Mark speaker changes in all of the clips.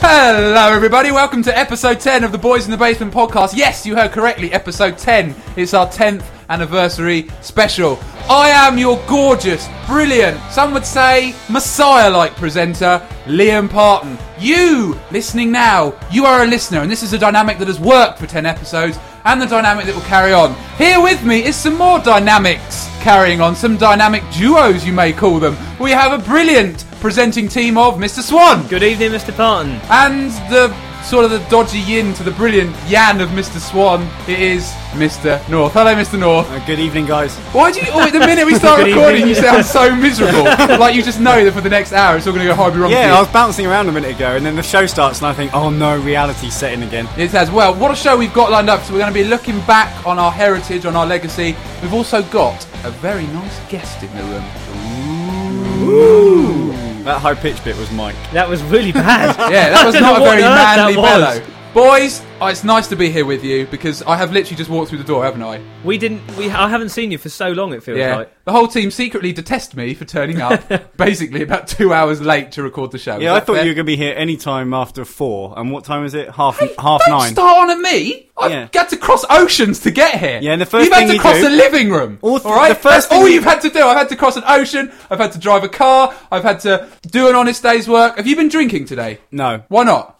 Speaker 1: Hello, everybody. Welcome to episode 10 of the Boys in the Basement podcast. Yes, you heard correctly. Episode 10. It's our 10th anniversary special. I am your gorgeous, brilliant, some would say messiah like presenter, Liam Parton. You, listening now, you are a listener, and this is a dynamic that has worked for 10 episodes and the dynamic that will carry on. Here with me is some more dynamics carrying on, some dynamic duos, you may call them. We have a brilliant presenting team of Mr. Swan.
Speaker 2: Good evening, Mr. Parton.
Speaker 1: And the sort of the dodgy yin to the brilliant yan of Mr. Swan, it is Mr. North. Hello, Mr. North.
Speaker 3: Uh, Good evening, guys.
Speaker 1: Why do you? Oh, the minute we start
Speaker 2: Good
Speaker 1: recording,
Speaker 2: evening.
Speaker 1: you sound so miserable. like you just know that for the next hour, it's all going to go horribly wrong.
Speaker 3: Yeah, I
Speaker 1: for
Speaker 3: was bouncing around a minute ago, and then the show starts, and I think, oh no, reality's setting again.
Speaker 1: you. It says, well, what a show we've got lined up. So we're going to be looking back on our heritage, on our legacy. We've also got a very nice guest in the room.
Speaker 3: That high pitch bit was Mike.
Speaker 2: That was really bad.
Speaker 1: Yeah, that was
Speaker 2: I don't
Speaker 1: not a
Speaker 2: know what
Speaker 1: very
Speaker 2: on earth
Speaker 1: manly
Speaker 2: that was.
Speaker 1: bellow. Boys, oh, it's nice to be here with you because I have literally just walked through the door, haven't I?
Speaker 2: we didn't. We I haven't seen you for so long. It feels
Speaker 1: Yeah,
Speaker 2: like.
Speaker 1: the whole team secretly detest me for turning up basically about two hours late to record the show. Is
Speaker 3: Yeah, I
Speaker 1: that
Speaker 3: thought
Speaker 1: fair?
Speaker 3: you were going to be here any time after four, and what time is it? Half half
Speaker 1: Don't
Speaker 3: nine.
Speaker 1: start on at me. I've
Speaker 3: Yeah.
Speaker 1: had to cross oceans to get here.
Speaker 3: Yeah, and the first
Speaker 1: you've had
Speaker 3: thing
Speaker 1: to
Speaker 3: you
Speaker 1: cross
Speaker 3: do-
Speaker 1: a living room.
Speaker 3: All th-
Speaker 1: all right,
Speaker 3: the
Speaker 1: that's
Speaker 3: first
Speaker 1: all
Speaker 3: thing you-
Speaker 1: you've had to do. I've had to cross an ocean. I've had to drive a car. I've had to do an honest day's work. Have you been drinking today?
Speaker 3: No,
Speaker 1: Why not?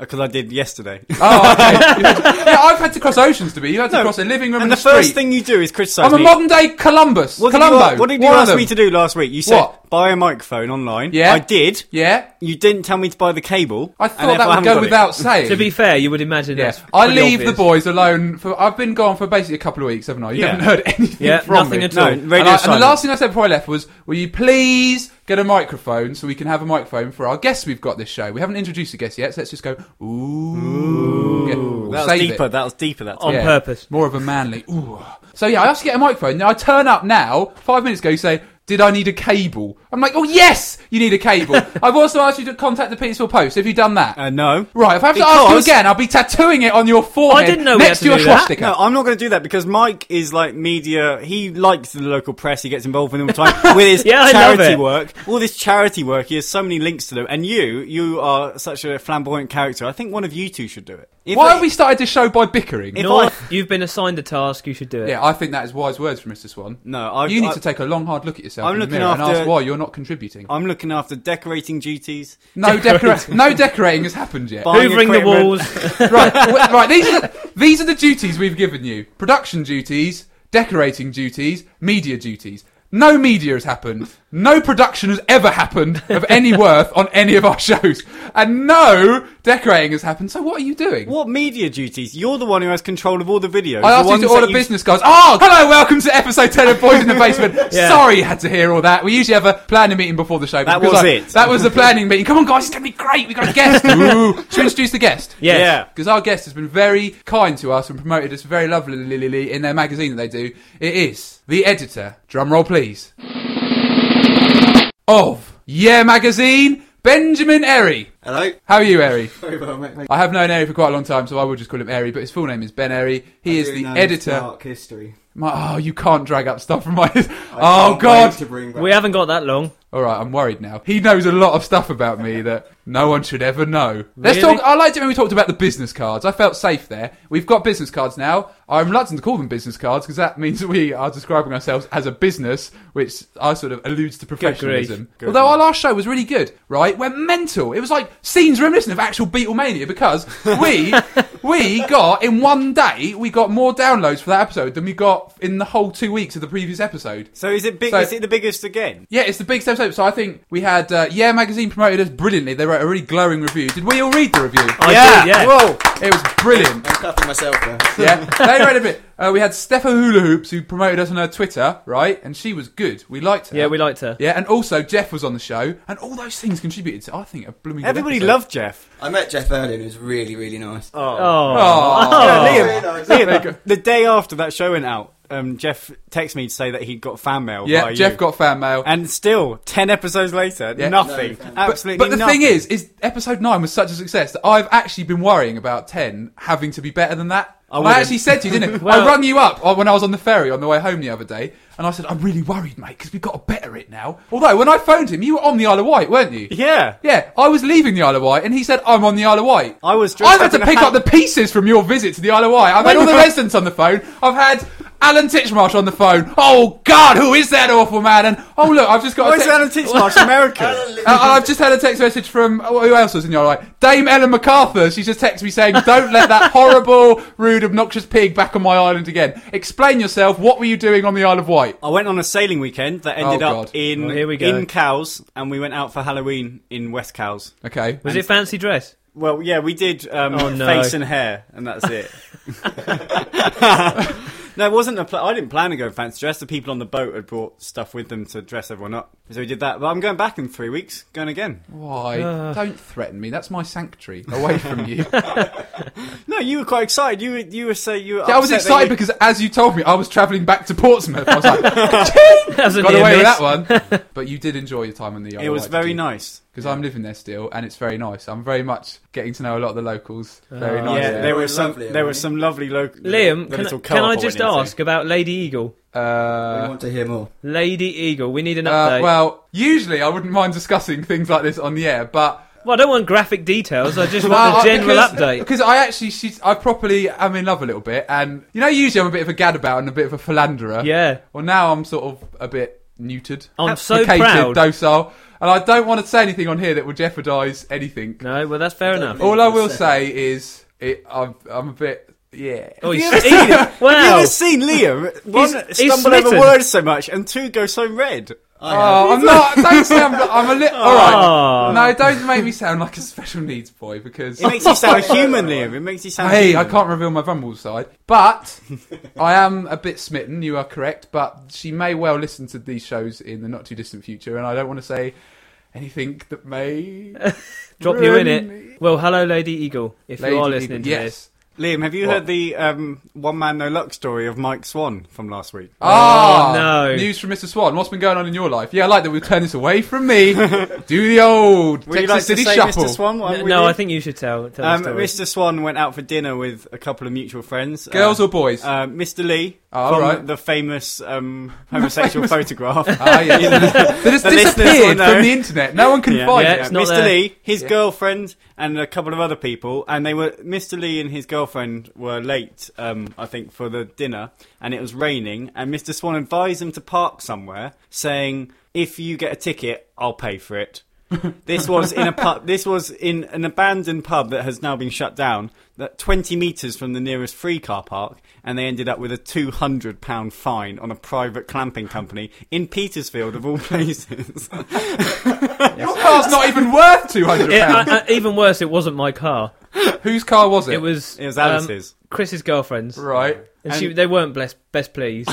Speaker 3: because I did yesterday.
Speaker 1: Oh, okay. You've had to- yeah, I've had to cross oceans to be. You had to cross a living room and,
Speaker 3: and the
Speaker 1: a street.
Speaker 3: first thing you do is criticise
Speaker 1: I'm a
Speaker 3: me.
Speaker 1: modern day Columbus.
Speaker 3: what did,
Speaker 1: Columbo.
Speaker 3: you, what did you
Speaker 1: One of
Speaker 3: ask
Speaker 1: them.
Speaker 3: me to do last week? You said
Speaker 1: What?
Speaker 3: buy a microphone online.
Speaker 1: Yeah.
Speaker 3: I did.
Speaker 1: Yeah,
Speaker 3: You didn't tell me to buy the cable.
Speaker 1: I
Speaker 3: and
Speaker 1: thought
Speaker 3: therefore I
Speaker 1: that would
Speaker 3: haven't
Speaker 1: go
Speaker 3: got it.
Speaker 1: without saying.
Speaker 2: To be fair, you would imagine.
Speaker 1: Yeah,
Speaker 2: that's
Speaker 1: I
Speaker 2: pretty
Speaker 1: leave the
Speaker 2: obvious.
Speaker 1: boys alone for. I've been gone for basically a couple of weeks, haven't I? You
Speaker 3: Yeah.
Speaker 1: haven't heard anything
Speaker 2: Yeah,
Speaker 1: from
Speaker 2: nothing
Speaker 1: me.
Speaker 2: at all.
Speaker 3: No,
Speaker 2: And
Speaker 3: radio
Speaker 1: and, I- and the
Speaker 3: silence.
Speaker 1: last thing I said before I left was, "Will you please get a microphone so we can have a microphone for our guests we've got this show? We haven't introduced a guest yet, so let's just go. Ooh, Yeah, we'll
Speaker 3: That was
Speaker 1: save it.
Speaker 3: deeper. That was deeper. That
Speaker 2: On
Speaker 3: time.
Speaker 1: Yeah.
Speaker 2: purpose.
Speaker 1: More of a manly. Ooh. So yeah, I asked to get a microphone. Now I turn up now. Five minutes ago, you say, "Did I need a cable?" I'm like, "Oh yes, you need a cable." I've also asked you to contact the Petersfield Post. Have you done that?
Speaker 3: Uh, no.
Speaker 1: Right, if I have to ask you
Speaker 3: Because-
Speaker 1: again, I'll be tattooing it on your forehead
Speaker 2: I didn't know we
Speaker 1: next
Speaker 2: had to
Speaker 1: your
Speaker 2: do that.
Speaker 1: swastika.
Speaker 3: No, I'm not going to do that because Mike is like media. He likes the local press. He gets involved in all the time with his
Speaker 2: Yeah, I love
Speaker 3: charity
Speaker 2: it.
Speaker 3: work. All this charity work. He has so many links to them. And you, you are such a flamboyant character. I think one of you two should do it. If
Speaker 1: Why
Speaker 3: I-
Speaker 1: have we started this show by bickering?
Speaker 3: If
Speaker 2: North, you've been assigned a task. You should do it.
Speaker 1: yeah, I think that is wise words from Mr. Swan.
Speaker 3: No, I-
Speaker 1: you need
Speaker 3: I-
Speaker 1: to take a long, hard look at yourself
Speaker 3: I'm
Speaker 1: in the
Speaker 3: looking
Speaker 1: mirror and
Speaker 3: after-
Speaker 1: ask why you're not contributing.
Speaker 3: I'm looking after decorating duties.
Speaker 1: no, decora- no decorating has happened yet.
Speaker 3: Buying
Speaker 2: Hoovering the
Speaker 3: equipment.
Speaker 2: walls.
Speaker 1: right, w- right. These are the, these are the duties we've given you: production duties, decorating duties, media duties. No media has happened. No production has ever happened of any worth on any of our shows, and no decorating has happened. So what are you doing?
Speaker 3: What media duties? You're the one who has control of all the videos.
Speaker 1: I
Speaker 3: the
Speaker 1: asked you to
Speaker 3: ones
Speaker 1: all
Speaker 3: that
Speaker 1: the business guys. Oh, hello, welcome to episode 10 of Boys in the Basement.
Speaker 2: Yeah.
Speaker 1: Sorry you had to hear all that. We usually have a planning meeting before the show. but
Speaker 3: That
Speaker 1: because
Speaker 3: was
Speaker 1: I-
Speaker 3: it.
Speaker 1: That was the planning meeting. Come on, guys, it's going to be great. We've got a guest. Ooh. Should we introduce the guest?
Speaker 2: Yes.
Speaker 3: Yeah.
Speaker 1: Because our guest has been very kind to us and promoted us very lovely in their magazine that they do. It is the editor, drum roll please, of Yeah Magazine, Benjamin Erry.
Speaker 4: Hello.
Speaker 1: How are you, Erry?
Speaker 4: Very well, mate. Thank
Speaker 1: I have known Erry for quite a long time, so I will just call him Erry, but his full name is Ben Erry. He
Speaker 4: you.
Speaker 1: is
Speaker 4: Do
Speaker 1: the
Speaker 4: know
Speaker 1: editor.
Speaker 4: Dark history.
Speaker 1: My, oh, you can't drag up stuff from my.
Speaker 4: I
Speaker 1: oh
Speaker 4: can't
Speaker 1: God!
Speaker 4: wait To bring back.
Speaker 2: We haven't got that long.
Speaker 1: All right, I'm worried now. He knows a lot of stuff about me that no one should ever know. Let's
Speaker 2: Really?
Speaker 1: talk. I liked it when we talked about the business cards. I felt safe there. We've got business cards now. I'm reluctant to call them business cards because that means that we are describing ourselves as a business, which I sort of alludes to professionalism.
Speaker 3: Good
Speaker 1: Although
Speaker 3: grief.
Speaker 1: our last show was really good, right? We're mental. It was like scenes reminiscent of actual Beatlemania because we we got in one day we got more downloads for that episode than we got in the whole two weeks of the previous episode.
Speaker 3: So is it big?
Speaker 1: So-
Speaker 3: is it the biggest again?
Speaker 1: Yeah, it's the big steps up. So I think we had uh, Yeah Magazine promoted us brilliantly. They wrote a really glowing review. Did we all read the review?
Speaker 2: I did, yeah.
Speaker 3: Whoa.
Speaker 1: It was brilliant.
Speaker 4: I'm clapping myself there.
Speaker 1: Yeah, they read a bit. Uh, we had Stepha Hula Hoops who promoted us on her Twitter, right? And she was good. We liked her.
Speaker 2: Yeah, we liked her.
Speaker 1: Yeah, and also Jeff was on the show, and all those things contributed to I think a blooming. good
Speaker 3: Everybody
Speaker 1: episode.
Speaker 3: loved Jeff.
Speaker 4: I met Jeff earlier and he was really, really nice.
Speaker 2: Oh.
Speaker 1: Ah,
Speaker 3: Yeah, Liam,
Speaker 4: Very nice.
Speaker 3: Liam, the day after that show went out, um, Jeff texted me to say that he got fan mail.
Speaker 1: Yeah,
Speaker 3: by
Speaker 1: Jeff
Speaker 3: you.
Speaker 1: got fan mail.
Speaker 3: And still, ten episodes later,
Speaker 1: Yeah.
Speaker 3: nothing.
Speaker 4: No,
Speaker 3: absolutely.
Speaker 1: But the
Speaker 3: nothing.
Speaker 1: thing is, is episode nine was such a success that I've actually been worrying about ten having to be better than that. I,
Speaker 3: wouldn't.
Speaker 1: actually said to you, didn't I?
Speaker 2: Well-
Speaker 1: I rung you up uh, when I was on the ferry on the way home the other day, And I said, I'm really worried, mate, because we've got to better it now. Although, when I phoned him, you were on the Isle of Wight, weren't you?
Speaker 3: Yeah.
Speaker 1: Yeah, I was leaving the Isle of Wight, and he said, I'm on the Isle of Wight.
Speaker 3: I was dressed
Speaker 1: I've had
Speaker 3: up
Speaker 1: to
Speaker 3: in a
Speaker 1: pick
Speaker 3: hat.
Speaker 1: up the pieces from your visit to the Isle of Wight. I've had all the residents on the phone. I've had Alan Titchmarsh on the phone. Oh, God, who is that awful man? And, oh, look, I've just got a
Speaker 3: Where's
Speaker 1: text-
Speaker 3: Alan Titchmarsh, American?
Speaker 1: uh, I've just had a text message from oh, who else was in your right? Dame Ellen MacArthur. She just texted me saying, "Don't let that horrible, rude, obnoxious pig back on my island again. Explain yourself. What were you doing on the Isle of Wight?"
Speaker 3: I went on a sailing weekend that ended
Speaker 1: Oh,
Speaker 3: up
Speaker 1: God.
Speaker 3: in
Speaker 2: Oh, here we go.
Speaker 3: in Cowes, and we went out for Halloween in West Cowes.
Speaker 1: Okay.
Speaker 2: Was it fancy dress?
Speaker 3: Well, yeah, we did um,
Speaker 2: Oh, no.
Speaker 3: face and hair, and that's it. no, it wasn't. A pl- I didn't plan to go fancy dress. The people on the boat had brought stuff with them to dress everyone up, so we did that. But I'm going back in three weeks, going again.
Speaker 1: Why?
Speaker 2: Uh.
Speaker 1: Don't threaten me. That's my sanctuary, away from you.
Speaker 3: No, you were quite excited. You were, you were say you. Were
Speaker 1: Yeah, I was
Speaker 3: upset that
Speaker 1: excited
Speaker 3: you-
Speaker 1: because, as you told me, I was travelling back to Portsmouth. I was like,
Speaker 2: That was a
Speaker 1: got
Speaker 2: near
Speaker 1: away with
Speaker 2: miss.
Speaker 1: that one. But you did enjoy your time on the Isle
Speaker 3: it was very nice.
Speaker 1: because I'm living there still, and it's very nice. I'm very much getting to know a lot of the locals. Very
Speaker 2: Oh.
Speaker 1: nice.
Speaker 3: yeah,
Speaker 1: there.
Speaker 3: there were
Speaker 4: Lovely,
Speaker 3: some.
Speaker 4: lovely.
Speaker 3: there were some lovely local.
Speaker 2: Liam,
Speaker 3: the
Speaker 2: can,
Speaker 3: little
Speaker 2: I- can
Speaker 3: co-op
Speaker 2: I
Speaker 3: went
Speaker 2: just
Speaker 3: into.
Speaker 2: ask about Lady Eagle?
Speaker 1: Uh,
Speaker 4: we want to hear more.
Speaker 2: Lady Eagle, we need an
Speaker 1: Uh,
Speaker 2: update. well,
Speaker 1: well, usually I wouldn't mind discussing things like this on the air, but
Speaker 2: I don't want graphic details. I just
Speaker 1: Well,
Speaker 2: want
Speaker 1: I-
Speaker 2: the general
Speaker 1: because,
Speaker 2: update.
Speaker 1: Because I actually, she's, I properly am in love a little bit, and you know, usually I'm a bit of a gadabout and a bit of a philanderer.
Speaker 2: Yeah,
Speaker 1: Well, now I'm sort of a bit neutered,
Speaker 2: I'm so
Speaker 1: placated,
Speaker 2: proud.
Speaker 1: docile, and I don't want to say anything on here that will jeopardise anything.
Speaker 2: No, well that's fair enough.
Speaker 1: All I will say is, it, I'm, I'm a bit, yeah.
Speaker 2: Oh,
Speaker 3: you
Speaker 2: he's
Speaker 3: ever
Speaker 2: eating.
Speaker 3: Have you
Speaker 2: Wow.
Speaker 3: ever seen Liam one,
Speaker 2: He's- he's
Speaker 3: stumble over
Speaker 2: smitten.
Speaker 3: words so much and two go so red?
Speaker 4: I have.
Speaker 1: Oh, I'm not. Don't say I'm. I'm a little. All
Speaker 2: Aw.
Speaker 1: right. No, don't make me sound like a special needs boy because
Speaker 3: It makes you sound human, Liam. It makes you sound.
Speaker 1: Hey, I
Speaker 3: human.
Speaker 1: can't reveal my vulnerable side, but I am a bit smitten. You are correct, but she may well listen to these shows in the not too distant future, and I don't want to say anything that may
Speaker 2: Drop you
Speaker 1: ruin
Speaker 2: in
Speaker 1: me.
Speaker 2: it. Well, hello, Lady Eagle. If
Speaker 1: Lady
Speaker 2: you are
Speaker 1: Eagle,
Speaker 2: listening to
Speaker 1: yes.
Speaker 2: this,
Speaker 3: Liam, have you
Speaker 1: What?
Speaker 3: heard the um, one man no luck story of Mike Swan from last week?
Speaker 1: Ah,
Speaker 2: Oh, no.
Speaker 1: News from Mr. Swan. What's been going on in your life? Yeah, I like that. We'll turn this away from me. Do the old
Speaker 3: Would
Speaker 1: Texas
Speaker 3: you like
Speaker 1: City
Speaker 3: to say
Speaker 1: Shuffle.
Speaker 3: Mr. Swan? what
Speaker 2: no,
Speaker 3: we
Speaker 2: no,
Speaker 3: did?
Speaker 2: I think you should tell. tell
Speaker 3: Um,
Speaker 2: the story.
Speaker 3: Mr. Swan went out for dinner with a couple of mutual friends.
Speaker 1: Girls
Speaker 3: uh,
Speaker 1: or boys?
Speaker 3: uh, Mr. Lee
Speaker 1: Oh,
Speaker 3: from
Speaker 1: alright.
Speaker 3: the famous um, homosexual photograph.
Speaker 1: ah, yes. that has
Speaker 3: The listeners will
Speaker 1: disappeared
Speaker 3: know.
Speaker 1: from the internet. No one can
Speaker 3: Yeah.
Speaker 1: find
Speaker 2: Yeah,
Speaker 1: it.
Speaker 2: it's not
Speaker 3: Mr.
Speaker 2: there.
Speaker 3: Lee, his
Speaker 1: Yeah.
Speaker 3: girlfriend, and a couple of other people, and they were Mr. Lee and his girlfriend were late, um, I think, for the dinner, and it was raining, and Mr. Swan advised them to park somewhere, saying, "If you get a ticket, I'll pay for it." this was in a pub. This was in an abandoned pub that has now been shut down. That twenty meters from the nearest free car park, and they ended up with a two hundred pound fine on a private clamping company in Petersfield of all places.
Speaker 1: Your car's not even worth two hundred
Speaker 2: It-
Speaker 1: pounds.
Speaker 2: uh, uh, even worse, it wasn't my car.
Speaker 1: Whose car was it?
Speaker 2: It was
Speaker 3: It was
Speaker 2: um,
Speaker 3: Alice's.
Speaker 2: Chris's girlfriend's,
Speaker 1: right.
Speaker 2: and, she,
Speaker 3: And- Oh.
Speaker 2: they weren't blessed, best pleased.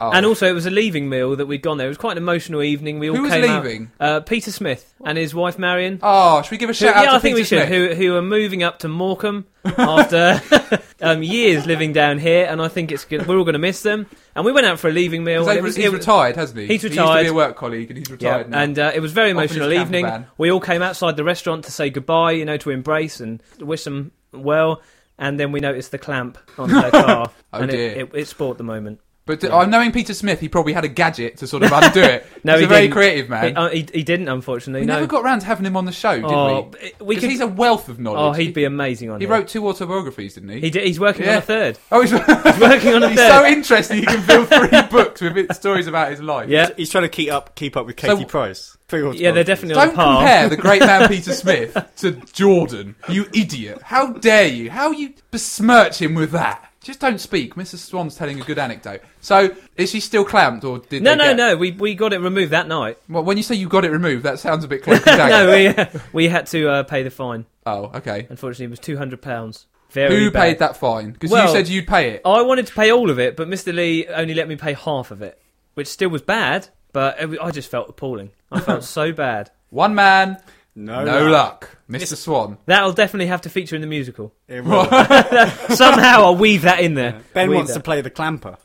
Speaker 2: And also, it was a leaving meal that we'd gone there. It was quite an emotional evening. We all
Speaker 1: Who was
Speaker 2: came out.
Speaker 1: leaving?
Speaker 2: Uh, Peter Smith and his wife Marion.
Speaker 1: Oh, should we give a
Speaker 2: Who-
Speaker 1: shout out
Speaker 2: yeah,
Speaker 1: to
Speaker 2: I
Speaker 1: Peter
Speaker 2: think we should.
Speaker 1: Smith?
Speaker 2: Who, who are moving up to Morecambe after um, years living down here, and I think it's good. we're all going to miss them. And we went out for a leaving meal.
Speaker 1: He's, over-
Speaker 2: and it was,
Speaker 1: he's
Speaker 2: it was-
Speaker 1: retired, hasn't he?
Speaker 2: He's
Speaker 1: He used
Speaker 2: retired.
Speaker 1: to be a work colleague, and he's retired now.
Speaker 2: and uh, it was very
Speaker 1: Off in his
Speaker 2: emotional
Speaker 1: camper
Speaker 2: evening.
Speaker 1: van.
Speaker 2: We all came outside the restaurant to say goodbye, you know, to embrace and wish them well. And then we noticed the clamp on their car,
Speaker 1: Oh,
Speaker 2: and It,
Speaker 1: dear.
Speaker 2: it, it spoiled the moment.
Speaker 1: but d uh, knowing Peter Smith, he probably had a gadget to sort of undo it.
Speaker 2: No,
Speaker 1: he's
Speaker 2: he
Speaker 1: a very
Speaker 2: didn't.
Speaker 1: creative man.
Speaker 2: He, uh, he, he didn't, unfortunately.
Speaker 1: we
Speaker 2: no.
Speaker 1: never got round to having him on the show, did
Speaker 2: oh,
Speaker 1: we?
Speaker 2: it-
Speaker 1: Because
Speaker 2: could-
Speaker 1: he's a wealth of knowledge.
Speaker 2: oh, he'd be amazing on
Speaker 1: He
Speaker 2: it.
Speaker 1: wrote two autobiographies, didn't he?
Speaker 2: He did, he's working on
Speaker 1: Yeah.
Speaker 2: a third.
Speaker 1: oh, he's,
Speaker 2: He's working on a
Speaker 1: he's
Speaker 2: third.
Speaker 1: so interesting. He can fill three books with it, stories about his life.
Speaker 2: yeah,
Speaker 3: He's trying to keep up, keep up with
Speaker 1: So-
Speaker 3: Katie Price. Three
Speaker 2: yeah, they're definitely
Speaker 1: Don't
Speaker 2: on par.
Speaker 1: compare the great man Peter Smith to Jordan, you idiot. How dare you? How you besmirch him with that? Just don't speak. Mrs. Swan's telling a good anecdote. So, is she still clamped, or did
Speaker 2: No,
Speaker 1: they
Speaker 2: no,
Speaker 1: get-
Speaker 2: no. We we got it removed that night.
Speaker 1: Well, when you say you got it removed, that sounds a bit close to
Speaker 2: no, we uh, we had to uh, pay the fine.
Speaker 1: Oh, okay.
Speaker 2: Unfortunately, it was two hundred pounds. Very
Speaker 1: Who
Speaker 2: bad.
Speaker 1: paid that fine? Because you
Speaker 2: Well-
Speaker 1: said you'd pay it.
Speaker 2: I wanted to pay all of it, but Mr. Lee only let me pay half of it, which still was bad. But it, I just felt appalling. I felt so bad.
Speaker 1: One man,
Speaker 3: No,
Speaker 1: no,
Speaker 3: no
Speaker 1: luck. Mr. Swan.
Speaker 2: That'll definitely have to feature in the musical.
Speaker 3: It will.
Speaker 2: Somehow I'll weave that in there.
Speaker 3: Ben
Speaker 2: Weave
Speaker 3: wants
Speaker 2: that.
Speaker 3: to play the clamper.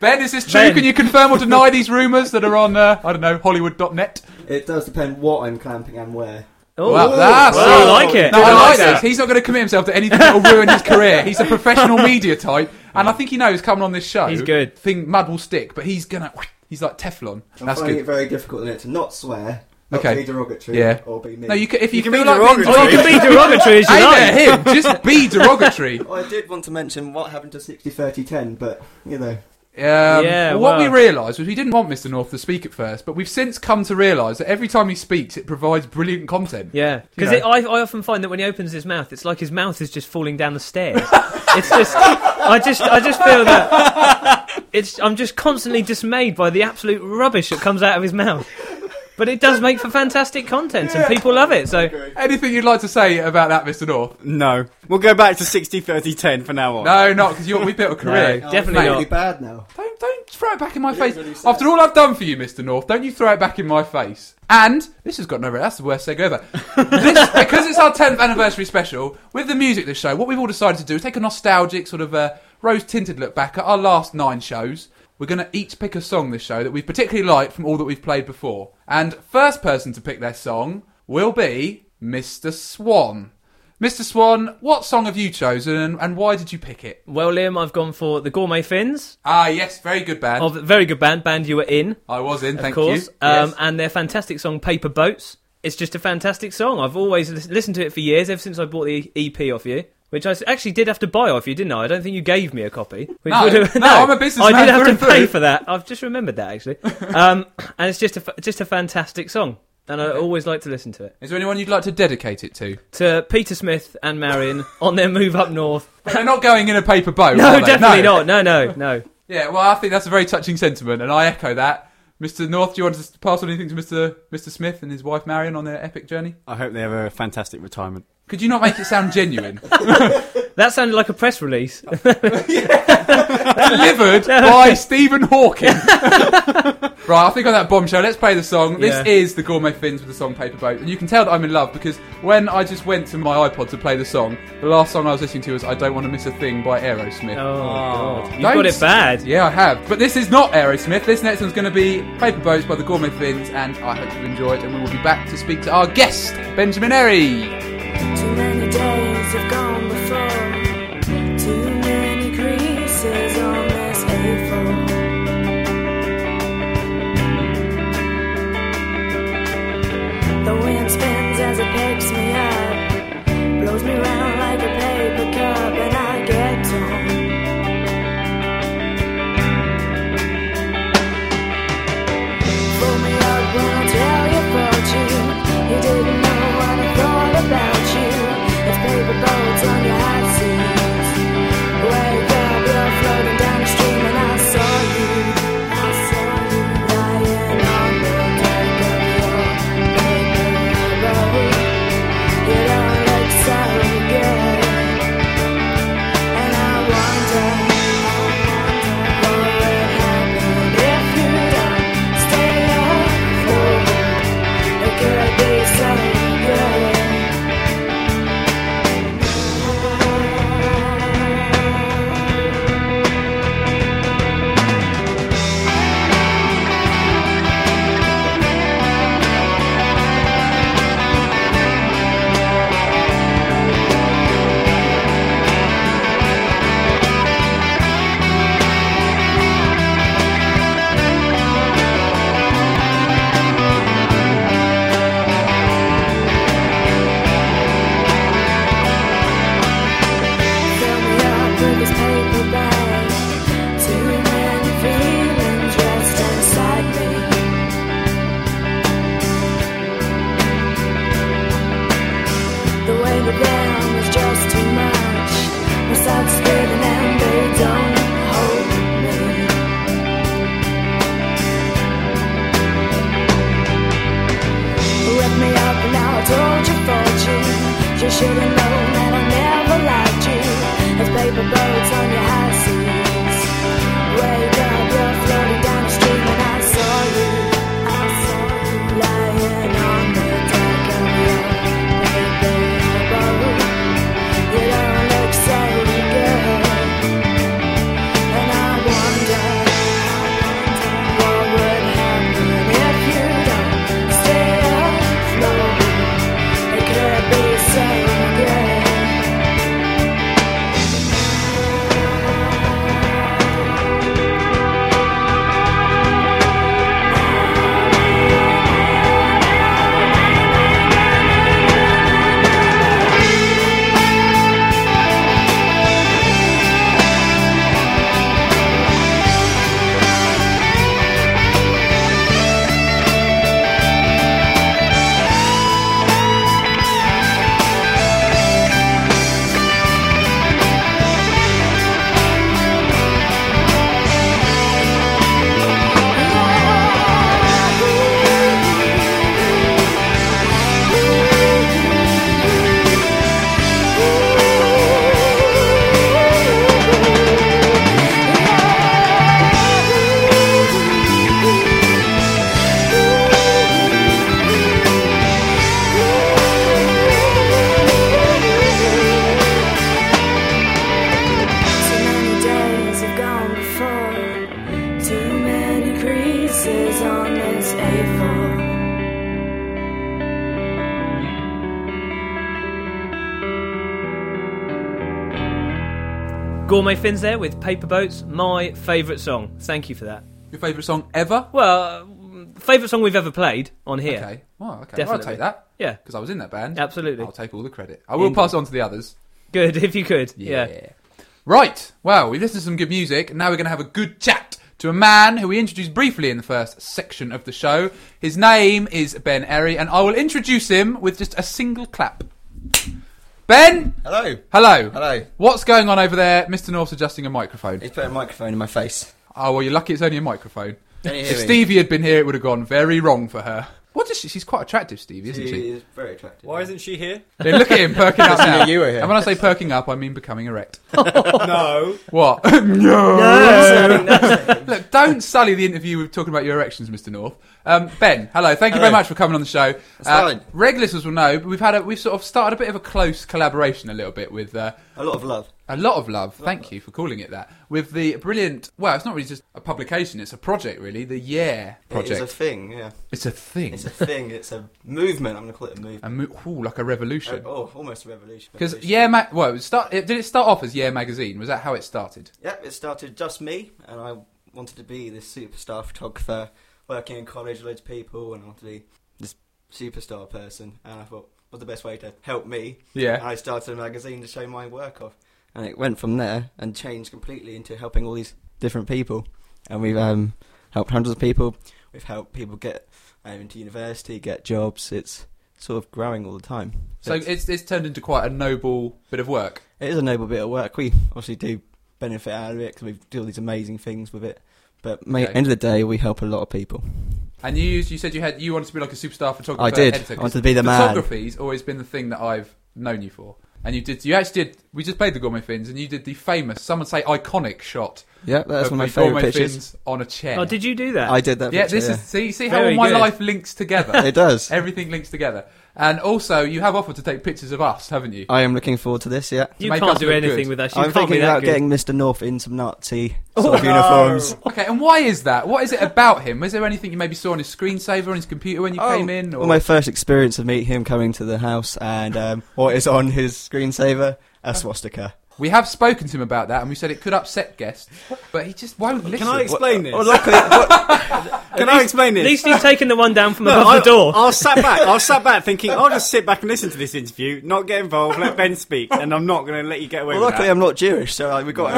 Speaker 1: Ben, is this true?
Speaker 2: Ben.
Speaker 1: Can you confirm or deny these rumours that are on, uh, I don't know, Hollywood.net?
Speaker 4: It does depend what I'm clamping and where.
Speaker 2: Oh,
Speaker 1: Well, that's-
Speaker 2: Well, I like it.
Speaker 1: No, I
Speaker 2: I
Speaker 1: like
Speaker 2: like
Speaker 1: this.
Speaker 2: that.
Speaker 1: He's not going to commit himself to anything that will ruin his career. He's a professional media type, and I think he knows coming on this show.
Speaker 2: He's good.
Speaker 1: Thing mud will stick, but he's gonna. He's like Teflon.
Speaker 4: I'm
Speaker 1: That's
Speaker 4: finding
Speaker 1: good.
Speaker 4: it very difficult in it to not swear, not
Speaker 1: Okay.
Speaker 4: to be derogatory,
Speaker 1: Yeah.
Speaker 4: or be mean.
Speaker 1: No, you can, if you,
Speaker 3: You can
Speaker 1: feel
Speaker 3: be
Speaker 1: like being
Speaker 3: derogatory.
Speaker 2: Oh, you can be derogatory as you
Speaker 1: Hey
Speaker 2: like.
Speaker 1: there, him. Just be derogatory. Um,
Speaker 4: I did want to mention what happened to 60 30 10, but you know,
Speaker 2: Yeah,
Speaker 1: Um, what we
Speaker 2: wow.
Speaker 1: realised was we didn't want Mr. North to speak at first, but we've since come to realise that every time he speaks, it provides brilliant content.
Speaker 2: Yeah,
Speaker 1: You
Speaker 2: because
Speaker 1: know.
Speaker 2: I, I often find that when he opens his mouth, it's like his mouth is just falling down the stairs. it's just, I just, I just feel that it's. I'm just constantly dismayed by the absolute rubbish that comes out of his mouth. But it does make for fantastic content, and people love it. So
Speaker 1: Anything you'd like to say about that, Mr. North?
Speaker 3: No. We'll go back to 60 30 10 for now on.
Speaker 1: No, not because we built a career.
Speaker 2: No.
Speaker 4: Oh,
Speaker 2: Definitely
Speaker 4: I'm feeling
Speaker 1: uh,
Speaker 2: not.
Speaker 4: really bad now.
Speaker 1: Don't don't throw it back in my face.
Speaker 4: what he said.
Speaker 1: After all I've done for you, Mr. North, don't you throw it back in my face. And this has got no that's the worst seg ever. this, because it's our 10th anniversary special, with the music this show, what we've all decided to do is take a nostalgic, sort of uh, rose tinted look back at our last nine shows. We're going to each pick a song this show that we've particularly liked from all that we've played before. And first person to pick their song will be Mr. Swan. Mr. Swan, what song have you chosen and, and why did you pick it?
Speaker 2: well, Liam, I've gone for the Gourmet Fins,
Speaker 1: Ah, yes, very good band.
Speaker 2: of very good band, band you were in,
Speaker 1: I was in,
Speaker 2: of
Speaker 1: thank
Speaker 2: course,
Speaker 1: you.
Speaker 2: um,
Speaker 1: Yes.
Speaker 2: and their fantastic song "Paper Boats." It's just a fantastic song. I've always lis- listened to it for years, ever since I bought the EP off you. Which I s- actually did have to buy off you, didn't I? I don't think you gave me a copy. Which
Speaker 1: No,
Speaker 2: would've-
Speaker 1: no, I'm a businessman
Speaker 2: I did have
Speaker 1: through
Speaker 2: to
Speaker 1: and through.
Speaker 2: pay for that. I've just remembered that actually. Um, and it's just a fa- just a fantastic song, and I always like to listen to it.
Speaker 1: Is there anyone you'd like to dedicate it to?
Speaker 2: To Peter Smith and Marion on their move up north.
Speaker 1: They're not going in a paper boat.
Speaker 2: No,
Speaker 1: are they?
Speaker 2: definitely not. No, no, no.
Speaker 1: Yeah, well, I think that's a very touching sentiment, and I echo that. Mr. North, do you want to pass on anything to Mr. Mr. Smith and his wife Marion on their epic journey?
Speaker 3: I hope they have a fantastic retirement.
Speaker 1: Could you not make it sound genuine?
Speaker 2: That sounded like a press release.
Speaker 1: Oh, Delivered by Stephen Hawking. right, I think on that bombshell, let's play the song. This
Speaker 2: Yeah.
Speaker 1: is the Gourmet Fins with the song Paper Boat, and you can tell that I'm in love because when I just went to my iPod to play the song, the last song I was listening to was I Don't Want to Miss a Thing by Aerosmith.
Speaker 2: Oh, God. you
Speaker 1: Don't
Speaker 2: got
Speaker 1: s-
Speaker 2: it bad.
Speaker 1: Yeah, I have. But this is not Aerosmith. This next one's going to be Paper Boats by the Gourmet Fins, and I hope you enjoy it. And we will be back to speak to our guest, Benjamin Erry.
Speaker 5: Too many days have gone before. Too many creases on this A4. The wind spins as it picks me up, blows me round like a paper cup, and I get torn. Pull me up when I tell you about you. You didn't know what I thought about you. It's paper boats on your hot seats. Wake up, you're floating down the stream, and I saw you. I saw you lying on the deck of your paper boat. You don't look so good, and I wonder. Thank you The way you down is just too much. My sides spinning and they don't hold me. Rip me up and now I told your fortune. You should have known that I never liked you. As paper boats on your high seas. Wake up, you're floating down the stream and I saw you. I saw you lying on the deck of your paper boat. You don't look so good. And I wonder, what would happen if you don't stay afloat? It
Speaker 2: Gourmet Fins there with Paper Boats, my favourite song. Thank you for that.
Speaker 1: Your favourite song ever?
Speaker 2: Well, uh, favourite song we've ever played on here.
Speaker 1: Okay. Well, okay. Well, I'll
Speaker 2: Definitely.
Speaker 1: take that
Speaker 2: Yeah,
Speaker 1: because I was in that band.
Speaker 2: absolutely.
Speaker 1: I'll take all the credit. I will pass it on to the others.
Speaker 2: Good, if you could.
Speaker 1: Yeah.
Speaker 2: Yeah.
Speaker 1: Right. Well, we listened to some good music. and Now we're going to have a good chat to a man who we introduced briefly in the first section of the show. His name is Ben Erry, and I will introduce him with just a single clap. Ben,
Speaker 6: Hello.
Speaker 1: hello.
Speaker 6: Hello.
Speaker 1: What's going on over there? Mr. North's adjusting a microphone.
Speaker 6: He's putting a microphone in my face.
Speaker 1: Oh, well, you're lucky it's only a microphone.
Speaker 6: Can you hear
Speaker 1: If
Speaker 6: me?
Speaker 1: Stevie had been here, it would have gone very wrong for her. What is she? She's quite attractive, Stevie, isn't
Speaker 4: She
Speaker 1: she?
Speaker 4: is very attractive.
Speaker 3: Why isn't she here?
Speaker 1: Yeah, look at him perking up now.
Speaker 6: you were here.
Speaker 1: And when I say perking up, I mean becoming erect.
Speaker 3: no.
Speaker 1: What? no.
Speaker 2: No.
Speaker 1: Look, don't sully the interview with talking about your erections, Mr. North. Um, ben, hello. Thank you very
Speaker 6: Hello.
Speaker 1: much for coming on the show. That's
Speaker 6: fine.
Speaker 1: Reg listeners will know, but we've had a, we've sort of started a bit of a close collaboration a little bit with uh,
Speaker 4: A lot of love.
Speaker 1: a lot of love. Thank you for calling it that. With the brilliant, well, it's not really just a publication; it's a project, really. The Yeah
Speaker 4: It is
Speaker 1: project.
Speaker 4: a thing, yeah.
Speaker 1: it's a thing.
Speaker 4: It's a thing. it's a movement. I'm going to call it a movement.
Speaker 1: A mo- ooh, like a
Speaker 4: Oh,
Speaker 1: revolution.
Speaker 4: oh, almost a revolution.
Speaker 1: Because
Speaker 4: Revolution.
Speaker 1: Yeah, ma- well, it start. It, did it start off as Yeah magazine? Was that how it started?
Speaker 4: Yep, it started just me, and I wanted to be this superstar photographer, working in college, loads of people, and I wanted to be this superstar person. And I thought, what's the best way to help me? And
Speaker 1: Yeah.
Speaker 4: I started a magazine to show my work off. And it went from there and changed completely into helping all these different people. And we've um, helped hundreds of people. We've helped people get um, into university, get jobs. It's sort of growing all the time.
Speaker 1: So
Speaker 4: it's,
Speaker 1: it's it's turned into quite a noble bit of work.
Speaker 4: it is a noble bit of work. We obviously do benefit out of it because we do all these amazing things with it. But ma
Speaker 1: Okay.
Speaker 4: end of the day, we help a lot of people.
Speaker 1: And you used, you said you had you wanted to be like a superstar photographer.
Speaker 4: I did.
Speaker 1: editor,
Speaker 4: I
Speaker 1: 'cause
Speaker 4: wanted to be the man.
Speaker 1: Photography's always been the thing that I've known you for. And you did. You actually did. We just played the gourmet fins, and you did the famous, some would say, iconic shot.
Speaker 4: Yep, that's
Speaker 1: of
Speaker 4: one of my
Speaker 1: the
Speaker 4: favourite
Speaker 1: gourmet
Speaker 4: pictures.
Speaker 1: fins on a chair.
Speaker 2: Oh, did you do that?
Speaker 4: I did that.
Speaker 1: Yeah,
Speaker 4: picture,
Speaker 1: this is see see how
Speaker 2: Very
Speaker 1: all my
Speaker 2: good.
Speaker 1: life links together.
Speaker 4: it does.
Speaker 1: Everything links together. And also, you have offered to take pictures of us, haven't you?
Speaker 4: I am looking forward to this. Yeah.
Speaker 2: you
Speaker 1: make
Speaker 2: can't
Speaker 1: us
Speaker 2: do
Speaker 1: look
Speaker 2: anything
Speaker 1: good.
Speaker 2: with us. You
Speaker 4: I'm
Speaker 2: can't
Speaker 4: thinking
Speaker 2: be
Speaker 4: about
Speaker 2: that good.
Speaker 4: getting Mr. North in some Nazi sort
Speaker 2: Oh,
Speaker 4: of uniforms.
Speaker 1: Okay, and why is that? What is it about him? Was there anything you maybe saw on his screensaver on his computer when you
Speaker 4: Oh,
Speaker 1: came in? Or
Speaker 4: Well, my first experience of meeting him coming to the house and um, what is on his screensaver? A swastika.
Speaker 1: we have spoken to him about that, and we said it could upset guests, but he just won't listen.
Speaker 3: Can I explain this?
Speaker 4: Well, luckily, what,
Speaker 3: Can I explain this?
Speaker 2: At least he's taken the one down from
Speaker 3: No,
Speaker 2: above
Speaker 3: I,
Speaker 2: the door.
Speaker 3: I was sat back. I was sat back thinking, I'll just sit back and listen to this interview, not get involved, let Ben speak, and I'm not going to let you get away
Speaker 4: well,
Speaker 3: with
Speaker 4: luckily
Speaker 3: that.
Speaker 4: I'm not Jewish, so like, we got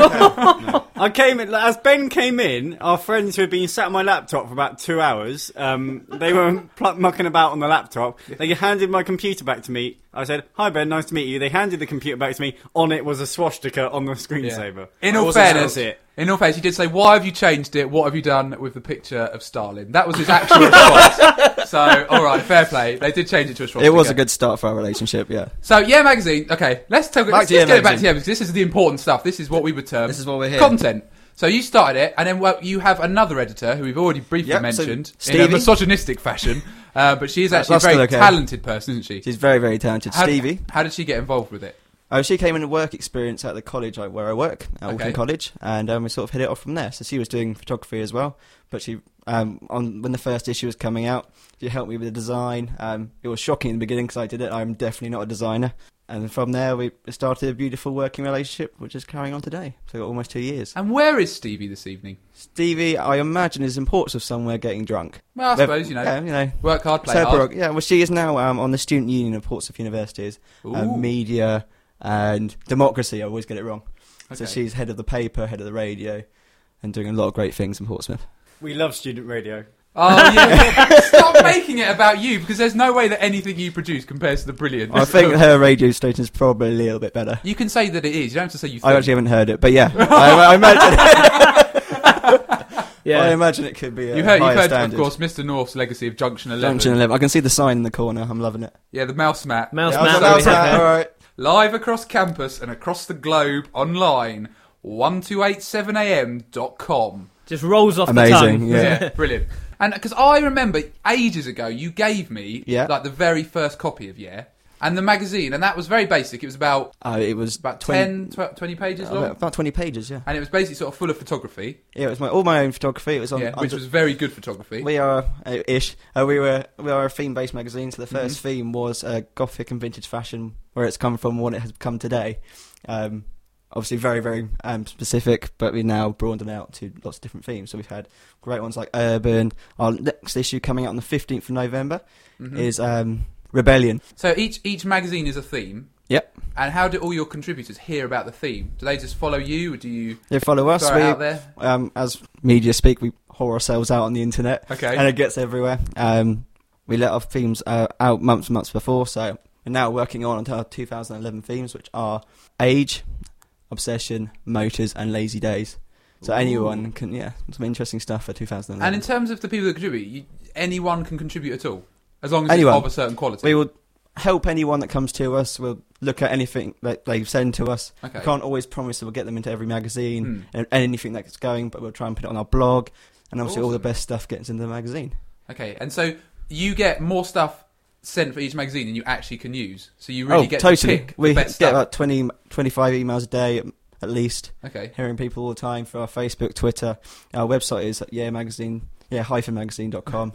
Speaker 4: it. okay.
Speaker 3: I came in, as Ben came in. Our friends who had been sat on my laptop for about two hours, um, they were pluck, mucking about on the laptop. They handed my computer back to me. I said, "Hi Ben, nice to meet you." They handed the computer back to me. On it was a swastika on the screensaver.
Speaker 1: In
Speaker 3: I
Speaker 1: all
Speaker 3: wasn't
Speaker 1: fairness,
Speaker 3: sure it.
Speaker 1: in all fairness, he did say, "Why have you changed it? What have you done with the picture of Stalin?" That was his actual response. So, all right, fair play. They did change it to a swastika.
Speaker 4: It was a good start for our relationship. Yeah,
Speaker 1: So, yeah, magazine. Okay, let's talk.
Speaker 4: Back
Speaker 1: Let's,
Speaker 4: to
Speaker 1: let's
Speaker 4: Yeah
Speaker 1: get it back to
Speaker 4: Magazine.
Speaker 1: yeah, because this is the important stuff. This is what we would term.
Speaker 4: This is what we're here.
Speaker 1: Content. So you started it, and then well, you have another editor who we've already briefly
Speaker 4: Yep, so
Speaker 1: mentioned in
Speaker 4: Stevie.
Speaker 1: a misogynistic fashion, uh, but she is actually a
Speaker 4: that's
Speaker 1: very
Speaker 4: still okay.
Speaker 1: talented person, isn't she?
Speaker 4: she's very, very talented.
Speaker 1: How-
Speaker 4: Stevie.
Speaker 1: How did she get involved with it?
Speaker 4: Oh, she came in a work experience at the college I, where I work, at Walton
Speaker 1: Okay.
Speaker 4: College, and um, we sort of hit it off from there. So she was doing photography as well, but she um, on when the first issue was coming out, she helped me with the design. Um, it was shocking in the beginning because I did it. I'm definitely not a designer, and from there we started a beautiful working relationship, which is carrying on today. So almost two years.
Speaker 1: And where is Stevie this evening?
Speaker 4: Stevie, I imagine, is in Portsmouth somewhere getting drunk.
Speaker 1: Well, I
Speaker 4: They've-
Speaker 1: suppose you know,
Speaker 4: Yeah, you know.
Speaker 1: work hard, play
Speaker 4: Sarah
Speaker 1: hard.
Speaker 4: Baruch- yeah, well, she is now um, on the student union of Portsmouth University as uh,
Speaker 1: Ooh.
Speaker 4: media and democracy. I always get it wrong. So
Speaker 1: Okay.
Speaker 4: she's head of the paper, head of the radio, and doing a lot of great things in Portsmouth.
Speaker 3: We love student radio.
Speaker 1: Oh, yeah. Stop making it about you because there's no way that anything you produce compares to the brilliant.
Speaker 4: I think her radio station is probably a little bit better.
Speaker 1: you can say that it is. You don't have to say you think.
Speaker 4: I actually haven't heard it, but yeah, I, I imagine. I
Speaker 2: yeah.
Speaker 4: imagine it could be. A
Speaker 1: you heard,
Speaker 4: higher
Speaker 1: you've heard of
Speaker 4: standard.
Speaker 1: course, Mr. North's legacy of Junction 11.
Speaker 4: Junction 11. I can see the sign in the corner. I'm loving it.
Speaker 1: Yeah, the mouse mat.
Speaker 2: Mouse
Speaker 4: Yeah, I was
Speaker 2: Mat
Speaker 4: like,
Speaker 2: that we
Speaker 4: "That's
Speaker 2: have
Speaker 4: all
Speaker 2: there.
Speaker 4: right."
Speaker 1: Live across campus and across the globe online. 1287am.com.
Speaker 2: Just rolls off the
Speaker 4: Amazing,
Speaker 2: tongue.
Speaker 1: Yeah,
Speaker 4: Yeah.
Speaker 1: brilliant. And because I remember ages ago, you gave me
Speaker 4: Yeah.
Speaker 1: like the very first copy of Yeah and the magazine, and that was very basic. It was about
Speaker 4: Uh, it was
Speaker 1: about 10, 12, 20 pages long.
Speaker 4: about, about 20 pages, yeah.
Speaker 1: and it was basically sort of full of photography,
Speaker 4: Yeah, it was my all my own photography. It was on.
Speaker 1: yeah, which
Speaker 4: under-
Speaker 1: was very good photography.
Speaker 4: we are uh, ish. Uh, we were we are a theme based magazine. So the
Speaker 1: Mm-hmm.
Speaker 4: 1st theme was uh, gothic and vintage fashion, where it's come from, what it has become today. Um, obviously very, very um, specific, but we now broadened out to lots of different themes. So we've had great ones like urban. Our next issue coming out on the 15th of November
Speaker 1: Mhm.
Speaker 4: is um, Rebellion.
Speaker 1: So each each magazine is a theme.
Speaker 4: Yep.
Speaker 1: And how do all your contributors hear about the theme? Do they just follow you, or do you
Speaker 4: They follow us.
Speaker 1: throw it out
Speaker 4: We,
Speaker 1: there?
Speaker 4: um, as media speak, we whore ourselves out on the internet.
Speaker 1: Okay.
Speaker 4: and it gets everywhere. Um, we let our themes uh, out months and months before, so we're now working on our 2011 themes, which are age, obsession, motors, and lazy days. So anyone can, yeah, some interesting stuff for 2011.
Speaker 1: And in terms of the people that contribute, you, anyone can contribute at all, as long as
Speaker 4: Anyone.
Speaker 1: it's of a certain quality.
Speaker 4: we will help anyone that comes to us. We'll look at anything that they send to us.
Speaker 1: okay.
Speaker 4: We can't always promise that we'll get them into every magazine
Speaker 1: Hmm.
Speaker 4: and, and anything that's going, but we'll try and put it on our blog. And obviously, all the
Speaker 1: Awesome.
Speaker 4: best stuff gets into the magazine.
Speaker 1: Okay. And so you get more stuff sent for each magazine than you actually can use. So you really get to pick
Speaker 4: Oh, we
Speaker 1: the best
Speaker 4: get
Speaker 1: stuff.
Speaker 4: about 20, 25 emails a day at- at least.
Speaker 1: Okay.
Speaker 4: hearing people all the time through our Facebook, Twitter. Our website is at yeah magazine, yeah hyphen magazine dot com,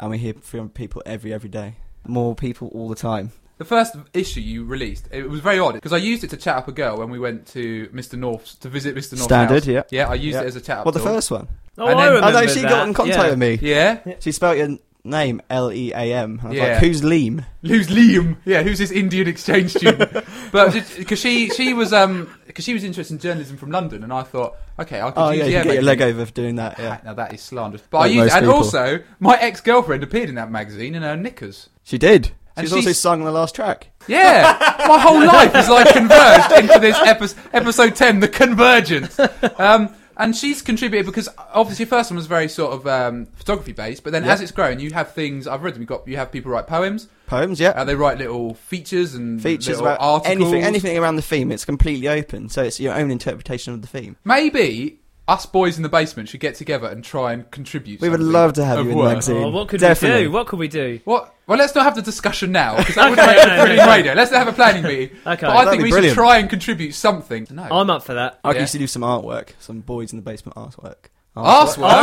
Speaker 4: and we hear from people every every day. More people all the time.
Speaker 1: The first issue you released, it was very odd because I used it to chat up a girl when we went to Mr. North's to visit Mr. North's
Speaker 4: Standard,
Speaker 1: house.
Speaker 4: yeah.
Speaker 1: Yeah, I used
Speaker 4: Yeah.
Speaker 1: it as a chat up.
Speaker 4: What the
Speaker 1: tool.
Speaker 4: first one?
Speaker 2: Oh,
Speaker 1: And
Speaker 2: I
Speaker 1: then-
Speaker 2: remember
Speaker 4: oh no, she
Speaker 2: that.
Speaker 4: got in contact
Speaker 2: yeah.
Speaker 4: with me.
Speaker 1: Yeah.
Speaker 4: She spelled your name L E A M. I was
Speaker 1: Yeah.
Speaker 4: like, who's Leem?
Speaker 1: Who's Liam? Yeah, who's this Indian exchange student? but because she she was um because she was interested in journalism from London, and I thought, okay, I could
Speaker 4: Oh
Speaker 1: use
Speaker 4: yeah,
Speaker 1: the
Speaker 4: you
Speaker 1: Air
Speaker 4: can get your
Speaker 1: magazine.
Speaker 4: leg over for doing that. Yeah,
Speaker 1: Now that is slanderous. But
Speaker 4: Like
Speaker 1: I used it,
Speaker 4: most
Speaker 1: and
Speaker 4: people.
Speaker 1: also my ex girlfriend appeared in that magazine in her knickers.
Speaker 4: she did.
Speaker 1: And
Speaker 4: She's, also
Speaker 1: she's-
Speaker 4: sung the last track.
Speaker 1: Yeah, my whole life is like converged into this episode, episode ten, the convergence. Um, and she's contributed because obviously first one was very sort of um, photography based, but then
Speaker 4: Yeah.
Speaker 1: as it's grown, you have things I've read. We got you have people write poems,
Speaker 4: Poems, yeah.
Speaker 1: uh, they write little features and
Speaker 4: Features
Speaker 1: little
Speaker 4: about
Speaker 1: articles.
Speaker 4: anything, anything around the theme. It's completely open, so it's your own interpretation of the theme.
Speaker 1: Maybe us boys in the basement should get together and try and contribute.
Speaker 4: We would
Speaker 1: something
Speaker 4: love to have
Speaker 1: of
Speaker 4: you in the
Speaker 1: work.
Speaker 4: magazine.
Speaker 2: Oh, what could
Speaker 4: Definitely.
Speaker 2: we do? What could we do?
Speaker 1: What? Well, let's not have the discussion now because that would
Speaker 2: Okay,
Speaker 1: make
Speaker 2: no,
Speaker 1: for
Speaker 2: no,
Speaker 1: brilliant
Speaker 2: no.
Speaker 1: radio. Let's have a planning meeting.
Speaker 2: Okay.
Speaker 1: But I
Speaker 4: That'd
Speaker 1: think
Speaker 4: be
Speaker 1: we should
Speaker 4: brilliant.
Speaker 1: try and contribute something. No.
Speaker 2: I'm up for that.
Speaker 4: I
Speaker 1: Yeah. Oh.
Speaker 4: used to do some artwork, some boys in the basement artwork.
Speaker 1: Arsework.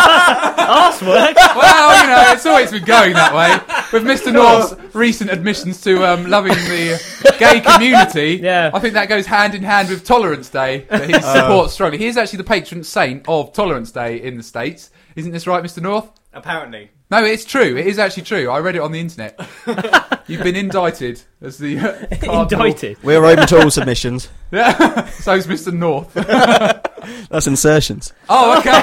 Speaker 2: Arsework?
Speaker 1: well, you know, it's always been going that way. With Mr. North's recent admissions to um, loving the gay community,
Speaker 2: Yeah.
Speaker 1: I think that goes hand in hand with Tolerance Day that he supports strongly. He is actually the patron saint of Tolerance Day in the States. Isn't this right, Mr. North?
Speaker 3: Apparently.
Speaker 1: No, it's true. It is actually true. I read it on the internet. You've been indicted as the uh, cardinal-
Speaker 2: Indicted.
Speaker 4: We're open to all submissions.
Speaker 1: Yeah. So's Mr. North.
Speaker 4: That's insertions.
Speaker 1: Oh, okay.